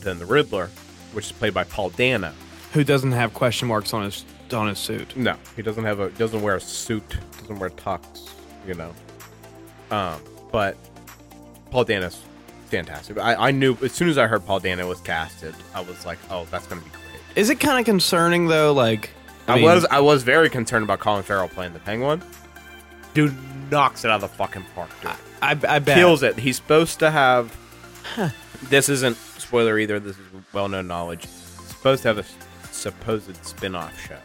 C: than the riddler which is played by paul dano
F: Who doesn't have question marks on his on his suit?
C: No, he doesn't have a doesn't wear a suit, doesn't wear tux, you know. Um, but Paul Dano's fantastic. I, I knew as soon as I heard Paul Dano was casted, I was like, oh, that's gonna be great.
F: Is it kind of concerning though like
C: I,
F: mean-
C: was I was very concerned about Colin Farrell playing the Penguin. Dude knocks it out of the fucking park, dude.
F: I, I bet
C: Kills it. He's supposed to have. this isn't spoiler either. This is well known knowledge. Supposed to have a s- supposed spin off show.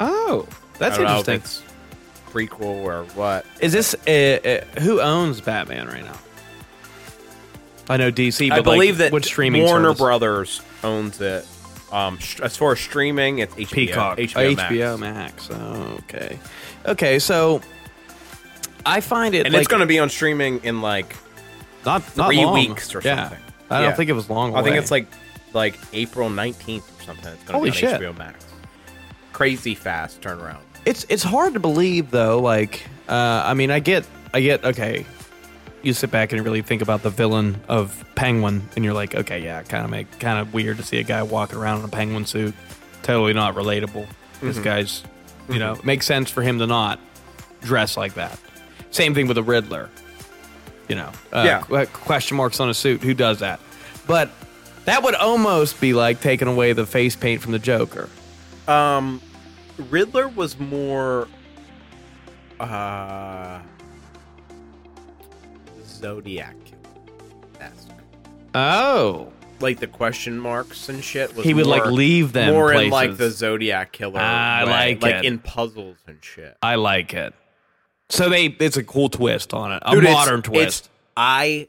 F: Oh,
C: I
F: that's
C: don't know if
F: interesting.
C: it's prequel or what.
F: Is this uh, uh, who owns Batman right now? I know DC, but
C: I believe
F: like,
C: that
F: which streaming
C: Warner
F: service?
C: Brothers owns it. Um, sh- as far as streaming, it's HBO,
F: Peacock,
C: HBO,
F: Oh,
C: Max.
F: HBO Max. Oh, okay, okay. So I find it
C: and
F: like
C: it's going to be on streaming in like
F: not not
C: three
F: long.
C: weeks or
F: Yeah.
C: something.
F: I don't
C: Yeah.
F: think it was long.
C: I think
F: away.
C: it's like like April nineteenth or something. It's going
F: Holy
C: to be on
F: shit.
C: HBO Max. Crazy fast turnaround.
F: it's it's hard to believe though. Like, uh, I mean, I get, I get. Okay, you sit back and really think about the villain of Penguin, and you're like, okay, yeah, kind of make kind of weird to see a guy walking around in a penguin suit. Totally not relatable. This guy's, you know, it makes sense for him to not dress like that. Same thing with the Riddler. You know, uh,
C: Yeah.
F: qu- question marks on a suit. Who does that? But that would almost be like taking away the face paint from the Joker.
C: Um, Riddler was more uh Zodiac esque.
F: Oh.
C: Like the question marks and shit. Was
F: he would like
C: more-
F: leave them
C: more
F: places. Ah,
C: in like the Zodiac killer.
F: I
C: way,
F: like
C: like
F: it.
C: in puzzles and shit.
F: I like it. So they, it's a cool twist on it, a
C: Dude, it's-
F: modern
C: it's-
F: twist.
C: I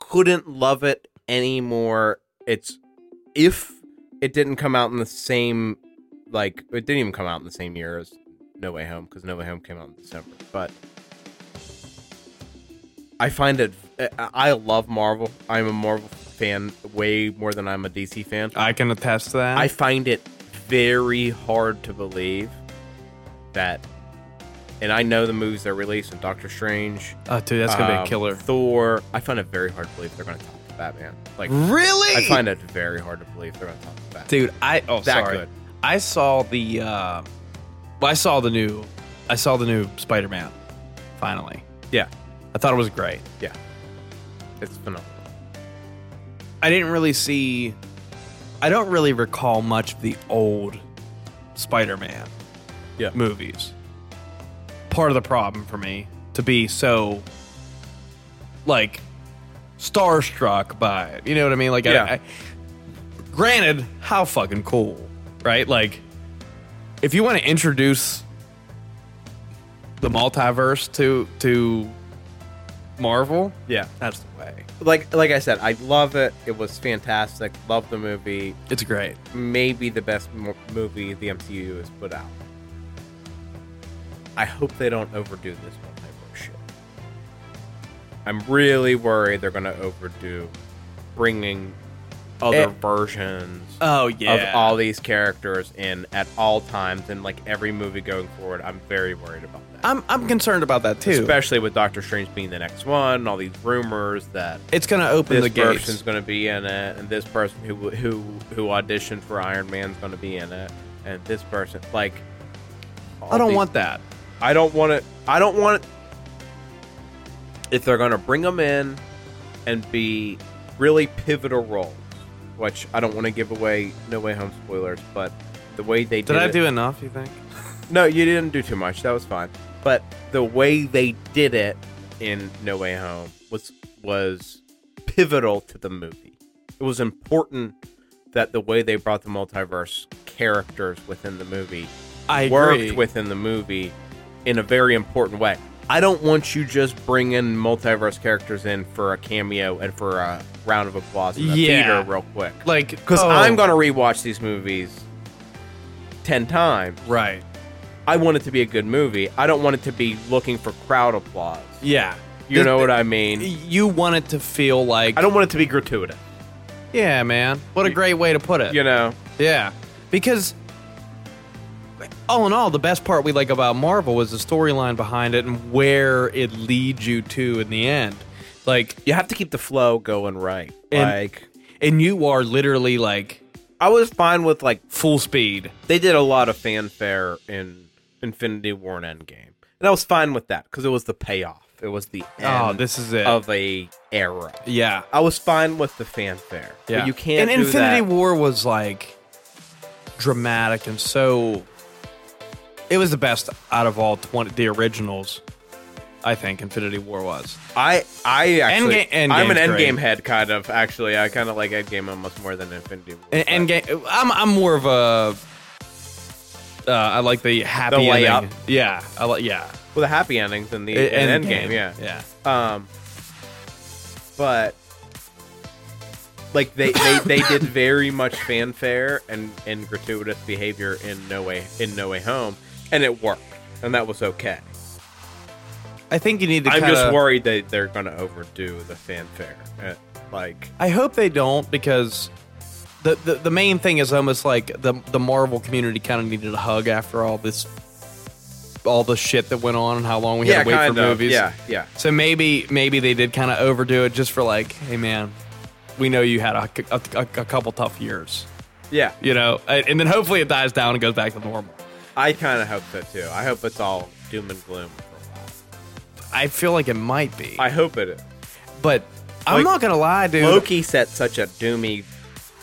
C: couldn't love it anymore. It's if it didn't come out in the same like it didn't even come out in the same year as No Way Home because No Way Home came out in December, but. I find it. I- I love Marvel. I'm a Marvel fan way more than I'm a DC fan.
F: I can attest to that.
C: I find it very hard to believe that and I know the moves they're releasing. Doctor Strange,
F: Oh, dude, that's gonna be
C: um,
F: a killer.
C: Thor. I find it very hard to believe they're going to top Batman. Like
F: Really?
C: I find it very hard to believe they're going to top Batman.
F: dude i oh
C: That
F: sorry
C: good.
F: i saw the uh well, i saw the new i saw the new spider-man finally
C: Yeah,
F: i thought it was great
C: yeah, it's phenomenal.
F: i didn't really see i don't really recall much of the old spider-man
C: Yeah.
F: movies part of the problem for me to be so like starstruck by it you know what i mean like I-
C: Yeah.
F: I, granted how fucking cool right like if you want to introduce the multiverse to to marvel
C: Yeah,
F: that's the way
C: like like I said, I love it. It was fantastic. Love the movie.
F: it's great
C: Maybe the best mo- movie the MCU has put out. I hope they don't overdo this one type of shit. I'm really worried they're going to overdo bringing other
F: Eh.
C: versions
F: oh yeah
C: of all these characters in at all times and like every movie going forward. I'm very worried about that.
F: i'm i'm concerned about that too
C: Especially with Doctor Strange being the next one, and all these rumors that
F: it's gonna open
C: this
F: the
C: person's
F: gates
C: going to be in it, and this person who who who auditioned for Iron Man's going to be in it, and this person like all
F: i don't
C: these-
F: want that
C: I don't want it. I don't want it. If they're going to bring them in and be really pivotal roles, which I don't want to give away No Way Home spoilers, but the way they did,
F: did i
C: it-
F: do enough you think
C: no, you didn't do too much. That was fine. But the way they did it in No Way Home was was pivotal to the movie. It was important that the way they brought the multiverse characters within the movie
F: i agree.
C: worked within the movie in a very important way. I don't want you just bringing multiverse characters in for a cameo and for a round of applause in the
F: Yeah.
C: theater real quick.
F: like
C: Because
F: oh,
C: I'm going to rewatch these movies 10 times.
F: right
C: I want it to be a good movie. I don't want it to be looking for crowd applause.
F: yeah
C: You know what I
F: Y-
C: mean?
F: you want it to feel like
C: I don't want it to be gratuitous.
F: yeah man what a great way to put it
C: You know?
F: Yeah, because all in all, the best part we like about Marvel was the storyline behind it and where it leads you to in the end. Like,
C: You have to keep the flow going right.
F: And-
C: like
F: and you are literally like
C: I was fine with like
F: full speed.
C: they did a lot of fanfare in Infinity War and Endgame, and I was fine with that because it was the payoff. It was the end
F: oh, this is it.
C: of a era.
F: yeah,
C: I was fine with the fanfare.
F: yeah.
C: But you can't.
F: And
C: do
F: Infinity
C: that.
F: War was like dramatic and so. It was the best out of all twenty the originals. I think Infinity War was.
C: I I actually
F: Endga- Endgame's
C: I'm an Endgame
F: great.
C: head kind of actually. I kind of like Endgame almost more than Infinity War.
F: And,
C: but-
F: game, I'm I'm more of a. Uh, I like the happy
C: The
F: ending.
C: layup.
F: Yeah, I like yeah.
C: well, the happy endings in the in
F: End
C: Endgame,
F: game,
C: yeah.
F: Uh, yeah.
C: Um, but like they, they, they did very much fanfare and, and gratuitous behavior in no way in no way home, and it worked, and that was okay.
F: I think you need to.
C: I'm
F: kinda,
C: just worried that they're gonna overdo the fanfare, Uh, like
F: I hope they don't because the, the the main thing is almost like the the Marvel community kind of needed a hug after all this, all the shit that went on and how long we had to wait
C: kind
F: for
C: of,
F: movies.
C: yeah, yeah.
F: So maybe maybe they did kind of overdo it just for like, hey man, we know you had a, a, a- a couple tough years,
C: Yeah,
F: you know, and and then hopefully it dies down and goes back to normal.
C: I kind of hope so too. I hope it's all doom and gloom for a while.
F: I feel like it might be.
C: I hope it is.
F: but I'm
C: Like,
F: not gonna lie, dude.
C: Loki set such a doomy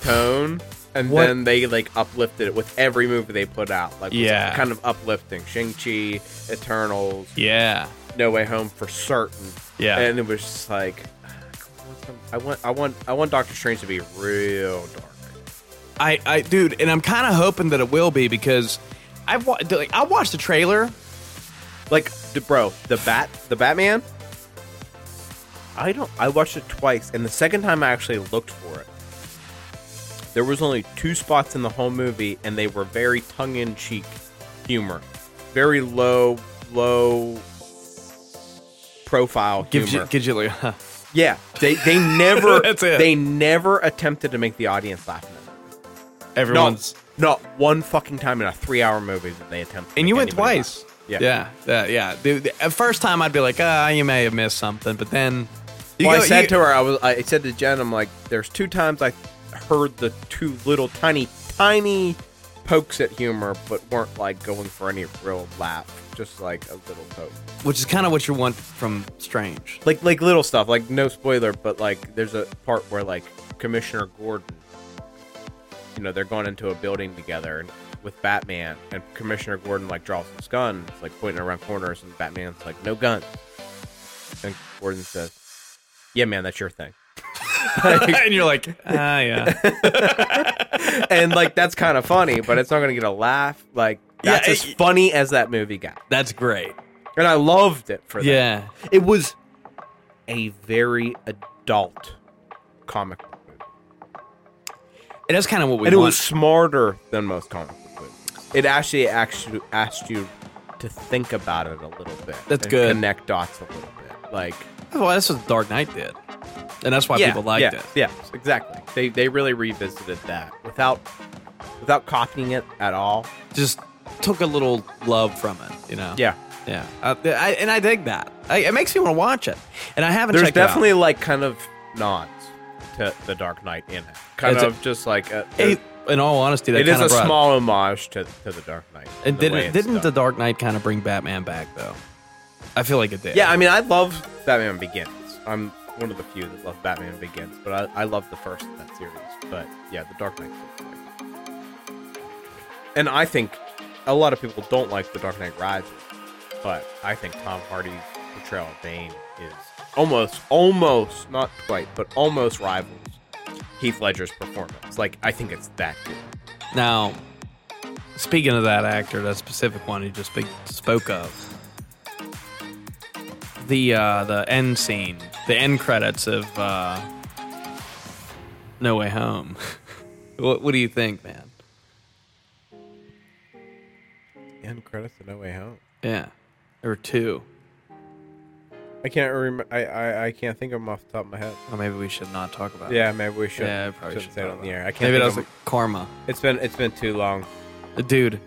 C: tone, and
F: What-
C: then they like uplifted it with every movie they put out. Like, was
F: Yeah.
C: kind of uplifting. Shang Chi, Eternals,
F: Yeah.
C: No Way Home for certain.
F: Yeah.
C: and it was just like, I want, I want, I want Doctor Strange to be real dark.
F: I, I dude, and I'm kind of hoping that it will be because I've wa- like I watched the trailer.
C: Like, d- bro, the bat, the Batman. I don't. I watched it twice, and the second time I actually looked for it. There was only two spots in the whole movie, and they were very tongue-in-cheek humor, very low, low profile humor.
F: Gives you, gives you like, huh.
C: yeah, they they never
F: That's it.
C: they never attempted to make the audience laugh. in it.
F: everyone's.
C: Not one fucking time in a three-hour movie did they attempt. to
F: And
C: make
F: you went
C: anybody laugh.
F: twice.
C: Yeah.
F: Yeah, yeah, yeah. The, the- at first time I'd be like, ah, you may have missed something, but then you
C: well,
F: go-
C: I said
F: you-
C: to her, I was, I said to Jen, I'm like, there's two times I heard the two little tiny, tiny pokes at humor, but weren't like going for any real laugh, just like a little poke,
F: which is kind of what you want from Strange.
C: like like little stuff, like no spoiler, but like there's a part where like Commissioner Gordon, you know, they're going into a building together and with Batman, and Commissioner Gordon like draws his gun, it's like pointing around corners, and Batman's like, no gun, and Gordon says, yeah, man, that's your thing.
F: and you're like, ah, yeah.
C: and like that's kind of funny, but it's not gonna get a laugh. Like
F: Yeah,
C: that's as
F: it-
C: funny as that movie got,
F: That's great.
C: and I loved it for that.
F: Yeah.
C: it was a very adult comic book movie,
F: And that's kind of what we
C: and it
F: want.
C: was smarter than most comic book movies. It actually actually asked you to think about it a little bit.
F: That's
C: and
F: good.
C: Connect dots a little bit, like
F: that's why that's what Dark Knight did. And that's why people liked
C: yeah,
F: it.
C: Yeah, exactly. They they really revisited that without without copying it at all.
F: Just took a little love from it, you know?
C: Yeah.
F: Yeah. Uh, th- I, and I dig that. I, it makes me want to watch it. And I haven't
C: There's
F: checked it out.
C: definitely like kind of nods to the Dark Knight in it. Kind
F: It's a-
C: of just like a,
F: Hey, in all honesty, that
C: it is
F: kind
C: a
F: of brought,
C: small homage to, to the Dark Knight.
F: And
C: the way
F: didn't
C: it's
F: didn't the
C: done.
F: Dark Knight kind of bring Batman back though? I feel like it did.
C: yeah? I mean, I love Batman Begins. I'm one of the few that love Batman Begins, but I, I love the first in that series. But yeah, the Dark Knight. is great. And I think a lot of people don't like the Dark Knight Rises, but I think Tom Hardy's portrayal of Bane is almost, almost not quite, but almost rivals Heath Ledger's performance. Like, I think it's that good.
F: Now, speaking of that actor, that specific one he just spe- spoke of, the uh, the end scene, the end credits of uh, No Way Home. what, what do you think, man?
C: And credits to No Way Home.
F: Yeah, there were two.
C: I can't remember. I, I I can't think of them off the top of my head.
F: Or maybe we should not talk about. it.
C: Yeah, maybe we should.
F: yeah, I probably
C: shouldn't
F: should
C: say it
F: talk
C: on the
F: about
C: air. I can't.
F: Maybe that
C: think
F: was
C: of
F: like karma.
C: them. it's been it's been too long.
F: Uh, Dude.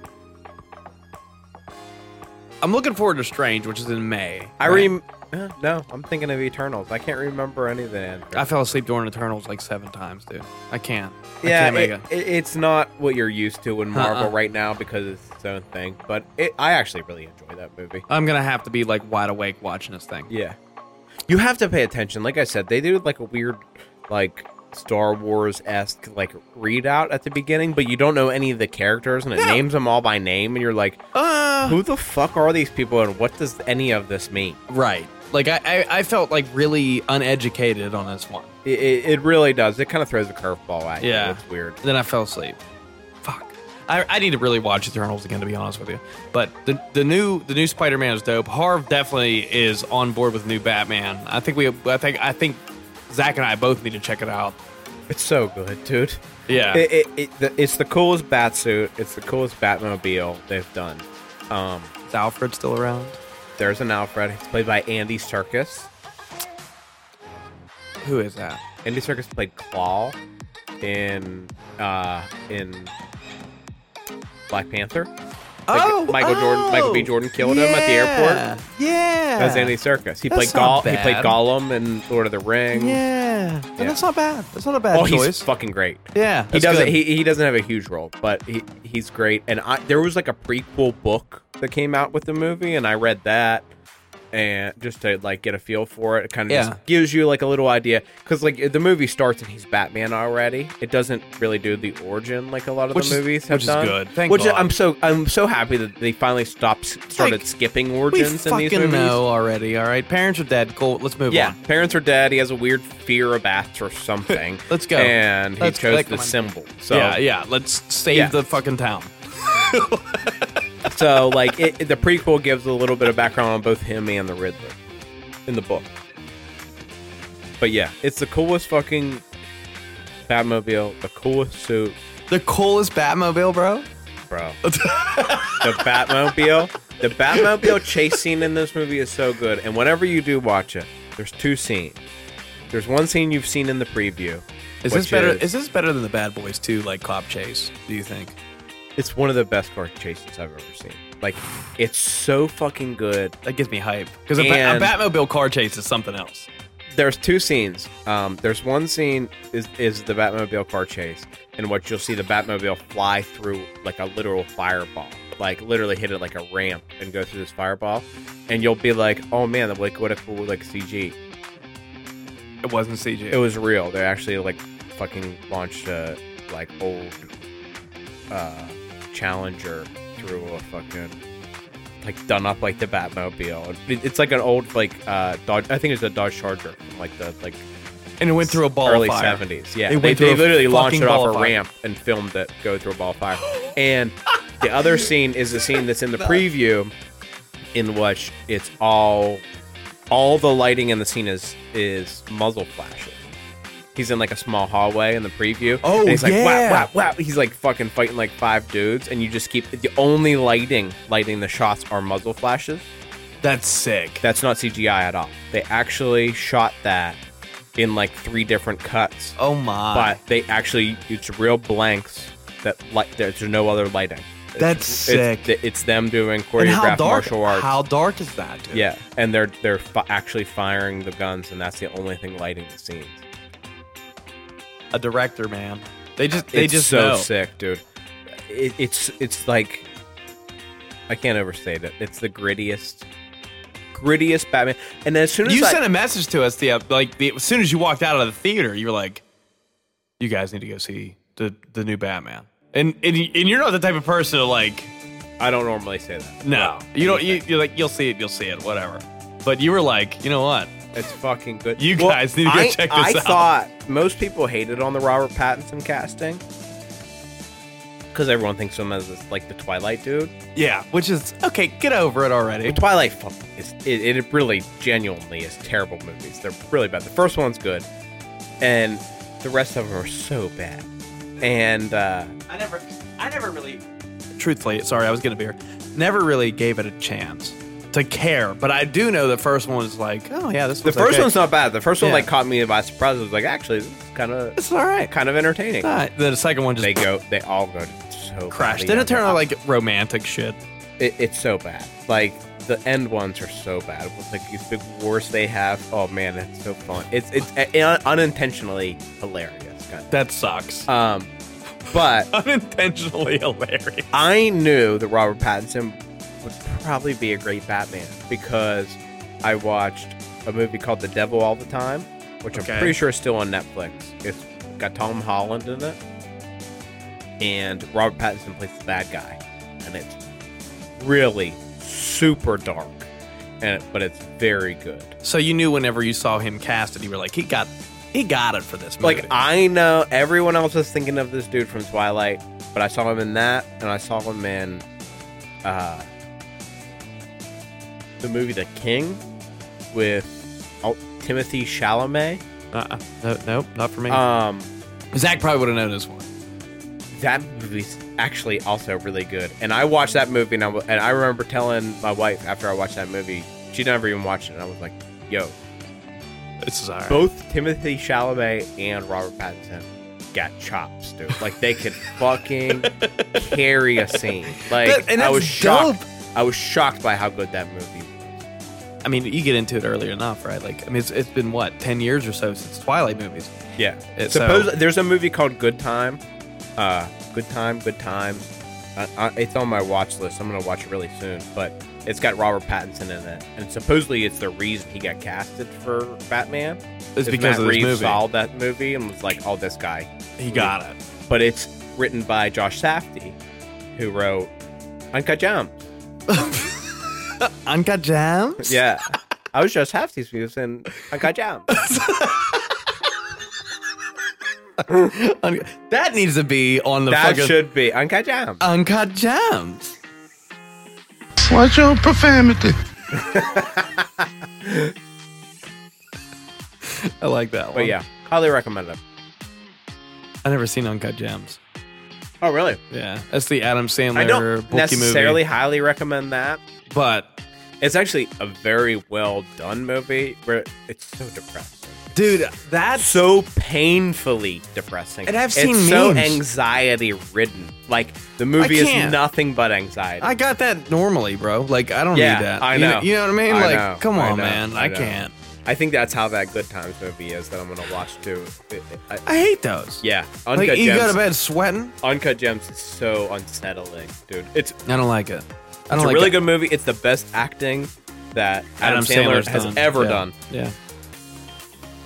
F: I'm looking forward to Strange, which is in May.
C: I
F: Right?
C: rem. Uh, no, I'm thinking of Eternals. I can't remember any of the end.
F: I fell asleep during Eternals like seven times, dude. I can't. I
C: yeah,
F: can't make
C: it,
F: it.
C: it- it's not what you're used to in Marvel
F: Uh-uh.
C: right now because it's its own thing. But it, I actually really enjoy that movie.
F: I'm gonna have to be like wide awake watching this thing.
C: Yeah, you have to pay attention. Like I said, they do like a weird, like Star Wars esque like readout at the beginning, but you don't know any of the characters, and it names them all by name, and you're like,
F: Uh,
C: who the fuck are these people and what does any of this mean?
F: right. Like I, I, I felt like really uneducated on this one.
C: It, it, it really does. It kind of throws a curveball at you.
F: Yeah.
C: It's weird.
F: Then I fell asleep. Fuck. I, I need to really watch Eternals again, to be honest with you. But the the new the new Spider Man is dope. Harv definitely is on board with new Batman. I think we I think I think Zach and I both need to check it out.
C: It's so good, dude.
F: Yeah.
C: It, it, it, the, it's the coolest Batsuit. It's the coolest Batmobile they've done. Um,
F: Is Alfred still around?
C: there's an Alfred. He's played by Andy Serkis.
F: Who is that?
C: Andy Serkis played Claw in uh, in Black Panther. Like, Michael Jordan, Michael B. Jordan killed him at the airport.
F: Oh, Yeah.
C: That's Andy Serkis. He played
F: That's not
C: Goll- He played
F: bad.
C: Gollum in Lord of the Rings.
F: Yeah. And
C: Yeah.
F: That's not bad. That's not a bad
C: oh,
F: choice.
C: he's fucking great.
F: yeah.
C: he
F: that's
C: doesn't
F: good.
C: he, he doesn't have a huge role but he, he's great and I, there was like a prequel book that came out with the movie and i read that and just to like get a feel for it, it kind of
F: Yeah.
C: just gives you like a little idea because like the movie starts and he's batman already it doesn't really do the origin like a lot of
F: Which is-
C: the movies have
F: which is
C: done
F: good. Thank
C: which
F: God.
C: i'm so i'm so happy that they finally stopped started
F: Like,
C: skipping
F: we
C: origins in
F: fucking
C: these movies
F: know already. All right. Parents are dead. Cool. Let's move
C: yeah,
F: on.
C: parents are dead. He has a weird fear of bats or something.
F: Let's go.
C: And he
F: Let's-
C: chose
F: like,
C: the
F: come on.
C: symbol. So
F: yeah. Yeah. Let's save
C: Yeah.
F: the fucking town.
C: So like it, it- the prequel gives a little bit of background on both him and the Riddler in the book. But yeah, it's the coolest fucking Batmobile, the coolest suit,
F: The coolest Batmobile, bro.
C: bro. the Batmobile, the Batmobile chase scene in this movie is so good. And whenever you do watch it, there's two scenes. There's one scene you've seen in the preview.
F: Is this
C: which
F: better?
C: is-
F: Is this better than the Bad Boys 2 like cop chase? Do you think?
C: It's one of the best car chases I've ever seen. Like it's so fucking good.
F: That gives me hype because a, ba- a
C: And-
F: Batmobile car chase is something else.
C: there's two scenes. Um, there's one scene is is the Batmobile car chase, in which you'll see the Batmobile fly through like a literal fireball, like literally hit it like a ramp and go through this fireball, and you'll be like, oh man, like what if it was like CG?
F: It wasn't CG.
C: It was real. They actually like fucking launched a like old uh, Challenger through a fucking like done up like the Batmobile. It- It's like an old like uh, Dodge. I think it's a Dodge Charger from like the like
F: and it went through a ball
C: early
F: of fire.
C: 70s. Yeah,
F: It
C: they,
F: went through
C: they
F: a
C: literally launched
F: fucking
C: it
F: ball
C: off
F: of
C: a
F: fire.
C: ramp and filmed it go through a ball of fire. And the other scene is the scene that's in the preview, in which it's all all the lighting in the scene is is muzzle flashes. He's in like a small hallway in the preview.
F: Oh,
C: and he's like
F: yeah.
C: wow, wow, wow. He's like fucking fighting like five dudes, and you just keep the only lighting lighting the shots are muzzle flashes.
F: That's sick.
C: That's not CGI at all. They actually shot that in like three different cuts,
F: Oh my!
C: but they actually it's real blanks that like there's no other lighting.
F: That's sick.
C: It's, it's them doing
F: and how dark?
C: choreographed martial arts.
F: How dark is that? Dude?
C: yeah, and they're they're fi- actually firing the guns, and that's the only thing lighting the scenes.
F: a director, man. They just they
C: it's
F: just
C: so
F: know.
C: sick, dude. It, it's it's like I can't overstate it. It's the grittiest, grittiest Batman. And as soon as
F: You
C: I,
F: sent a message to us the uh, like the, as soon as you walked out of the theater, you were like, "You guys need to go see the the new Batman." And and, y- and you're not the type of person to like,
C: I don't normally say that.
F: no, you don't. You, you're like, you'll see it, you'll see it, whatever. But you were like, you know what?
C: It's fucking good.
F: You guys need to go
C: I,
F: check
C: I
F: this out.
C: thought most people hated on the Robert Pattinson casting because everyone thinks of him as this, like the Twilight dude.
F: Yeah, which is okay. Get over it already.
C: Twilight fuck, is it, it really genuinely is terrible movies. They're really bad. The first one's good, and the rest of them are so bad. And uh,
F: I never, I never really. Truthfully, sorry, I was gonna be here. Never really gave it a chance to care, but I do know the first one was like, oh yeah, this
C: the first one's not bad. The first one
F: Yeah.
C: like caught me by surprise. I was like, actually, this is kind of
F: It's all right.
C: kind of entertaining.
F: Alright. Then the second one just
C: They go, they all go
F: Ah.
C: so
F: crashed.
C: badly.
F: Then it
C: I'm
F: turned
C: like,
F: out like romantic shit.
C: it, it's so bad. Like the end ones are so bad. With like these big wars they have. Oh man, that's so fun. It's it's uh, unintentionally hilarious. Kind
F: That sucks.
C: of. Um, but
F: Unintentionally hilarious.
C: I knew that Robert Pattinson would probably be a great Batman because I watched a movie called The Devil All the Time, which
F: Okay.
C: I'm pretty sure is still on Netflix. It's got Tom Holland in it, and Robert Pattinson plays the bad guy, and it's really super dark, and but it's very good.
F: So you knew whenever you saw him casted, you were like, he got, he got it for this movie.
C: Like I know everyone else is thinking of this dude from Twilight, but I saw him in that, and I saw him in uh, the movie The King with oh, Timothy Chalamet.
F: uh, no, nope, not for me.
C: Um,
F: Zach probably would have known this one.
C: that movie's actually also really good, and I watched that movie, and I wa- and I remember telling my wife after I watched that movie, she never even watched it, and I was like, "Yo,
F: This is alright.
C: both Timothy Chalamet and Robert Pattinson got chops, dude. Like they could fucking carry a scene. Like
F: That- and
C: I
F: that's
C: was shocked.
F: dope.
C: I was shocked by how good that movie. was.
F: I mean, you get into it early enough, right? Like, I mean, it's, it's been what ten years or so since Twilight movies.
C: Yeah.
F: It's
C: Suppose
F: so-
C: there's a movie called Good Time. Uh, Good Time, Good Time. Uh, uh, it's on my watch list. I'm gonna watch it really soon, but it's got Robert Pattinson in it, and supposedly it's the reason he got casted for Batman.
F: It's
C: Is
F: because
C: Matt
F: of this
C: Reeves
F: movie.
C: saw that movie and was like, "Oh, this guy
F: He got it.
C: but it's written by Josh Safdie, who wrote Uncut Jam.
F: Uncut Jams.
C: Yeah. I was Josh Safdie's views in Uncut Jam.
F: Un- that needs to be on the
C: that
F: fucking
C: should be Uncut Jam.
F: Uncut Jams.
E: Watch your profanity.
F: I like that one.
C: But yeah, highly recommend it.
F: I never seen Uncut Gems.
C: Oh, really?
F: Yeah, that's the Adam Sandler
C: I don't
F: bookie
C: necessarily
F: movie.
C: highly recommend that.
F: But
C: It's actually a very well done movie, where it's so depressing,
F: Dude, that's
C: so painfully depressing,
F: And I've
C: It's
F: seen
C: so
F: memes.
C: anxiety ridden. Like the movie is
F: can't.
C: nothing but anxiety.
F: I got that normally, bro. Like I don't
C: Yeah,
F: need that.
C: I
F: You kn-
C: know.
F: You know, what I mean?
C: I
F: like,
C: know,
F: come
C: I
F: on,
C: know,
F: man.
C: I
F: I,
C: know.
F: can't.
C: I think that's how that Good Times movie is that I'm gonna watch too. It- it- I-
F: I hate those.
C: yeah, Uncut
F: Like you
C: Gems.
F: go to bed sweating.
C: Uncut Gems is so unsettling, dude. It's
F: I don't like it. I don't
C: it's
F: like
C: a really
F: it.
C: good movie. It's the best acting that Adam, Sandler
F: Sandler's
C: has
F: done.
C: ever
F: Yeah.
C: done.
F: Yeah.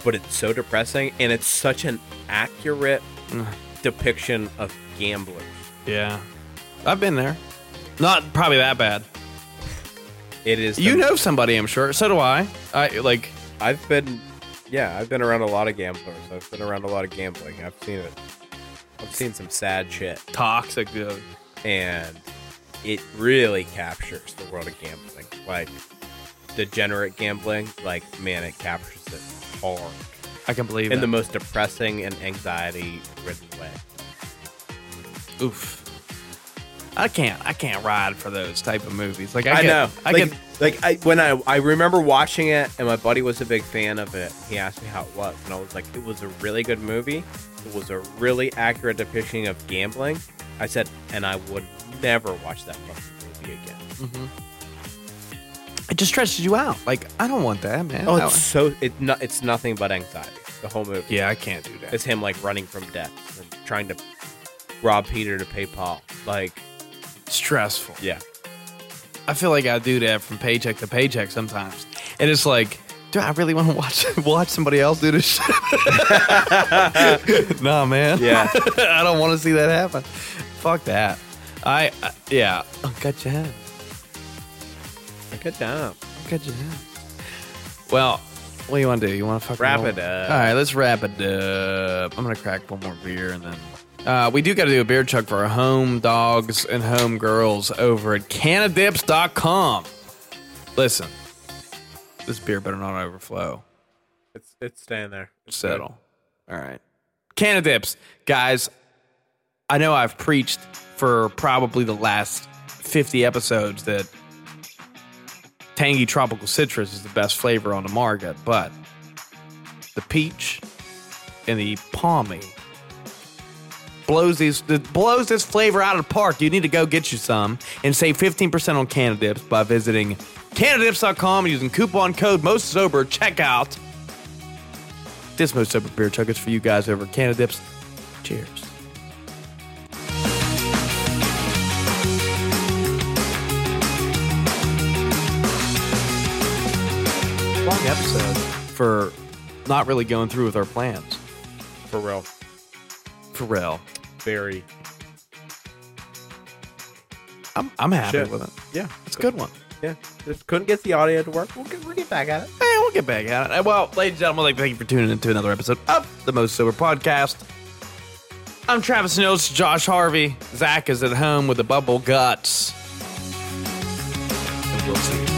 C: But it's so depressing, and it's such an accurate
F: Mm.
C: depiction of gamblers.
F: Yeah. I've been there. Not probably that bad.
C: It is. the-
F: You know somebody, I'm sure. So do I. I like
C: I've been, yeah, I've been around a lot of gamblers. I've been around a lot of gambling. I've seen it. I've seen some sad shit,
F: toxic dude.
C: and it really captures the world of gambling, like degenerate gambling. Like, man, it captures it hard.
F: I can believe
C: in the
F: that.
C: most depressing and anxiety ridden way.
F: Oof. I can't. I can't ride for those type of movies. Like I,
C: I,
F: get-
C: know.
F: I
C: like,
F: get
C: like I when I I remember watching it and my buddy was a big fan of it. He asked me how it was and I was like it was a really good movie. It was a really accurate depiction of gambling. I said and I would never watch that fucking movie again.
F: it just stresses you out. Like I don't want that, man.
C: Oh,
F: I-
C: it's so it no, it's nothing but anxiety. The whole movie.
F: yeah, I can't do that.
C: It's him like running from death and trying to rob Peter to pay Paul. Like
F: It's stressful.
C: yeah.
F: I feel like I do that from paycheck to paycheck sometimes, and it's like, do I really want to watch watch somebody else do this shit? nah, man.
C: Yeah.
F: I don't want to see that happen. Fuck that. I, I yeah. Oh, got your hand.
C: Good job.
F: Got your hand. Well, what do you want to do? You want to fucking
C: Wrap
F: roll?
C: it up.
F: All right, let's wrap it up. I'm gonna crack one more beer and then. Uh, we do got to do a beer chug for our home dogs and home girls over at canadips.com. Listen, this beer better not overflow.
C: It's it's staying there.
F: Settle. All right. Canadips, guys. I know I've preached for probably the last 50 episodes that tangy tropical citrus is the best flavor on the market, but the peach and the palmy blows these that blows this flavor out of the park. You need to go get you some and save 15% on Canadips by visiting canadips.com using coupon code most sober checkout. This most sober beer chug is for you guys over at Canadips. Cheers. Long episode for not really going through with our plans.
C: For real.
F: For real.
C: Very
F: I'm, I'm happy
C: Shit.
F: with it.
C: Yeah,
F: It's a good one.
C: yeah. Just couldn't get the audio to work. We'll get, we'll get back at it.
F: Hey, Eh, we'll get back at it. Well, ladies and gentlemen, like, thank you for tuning into another episode of the Most Sober Podcast. I'm Travis Nils, Josh Harvey. Zach is at home with the bubble guts. And we'll see you.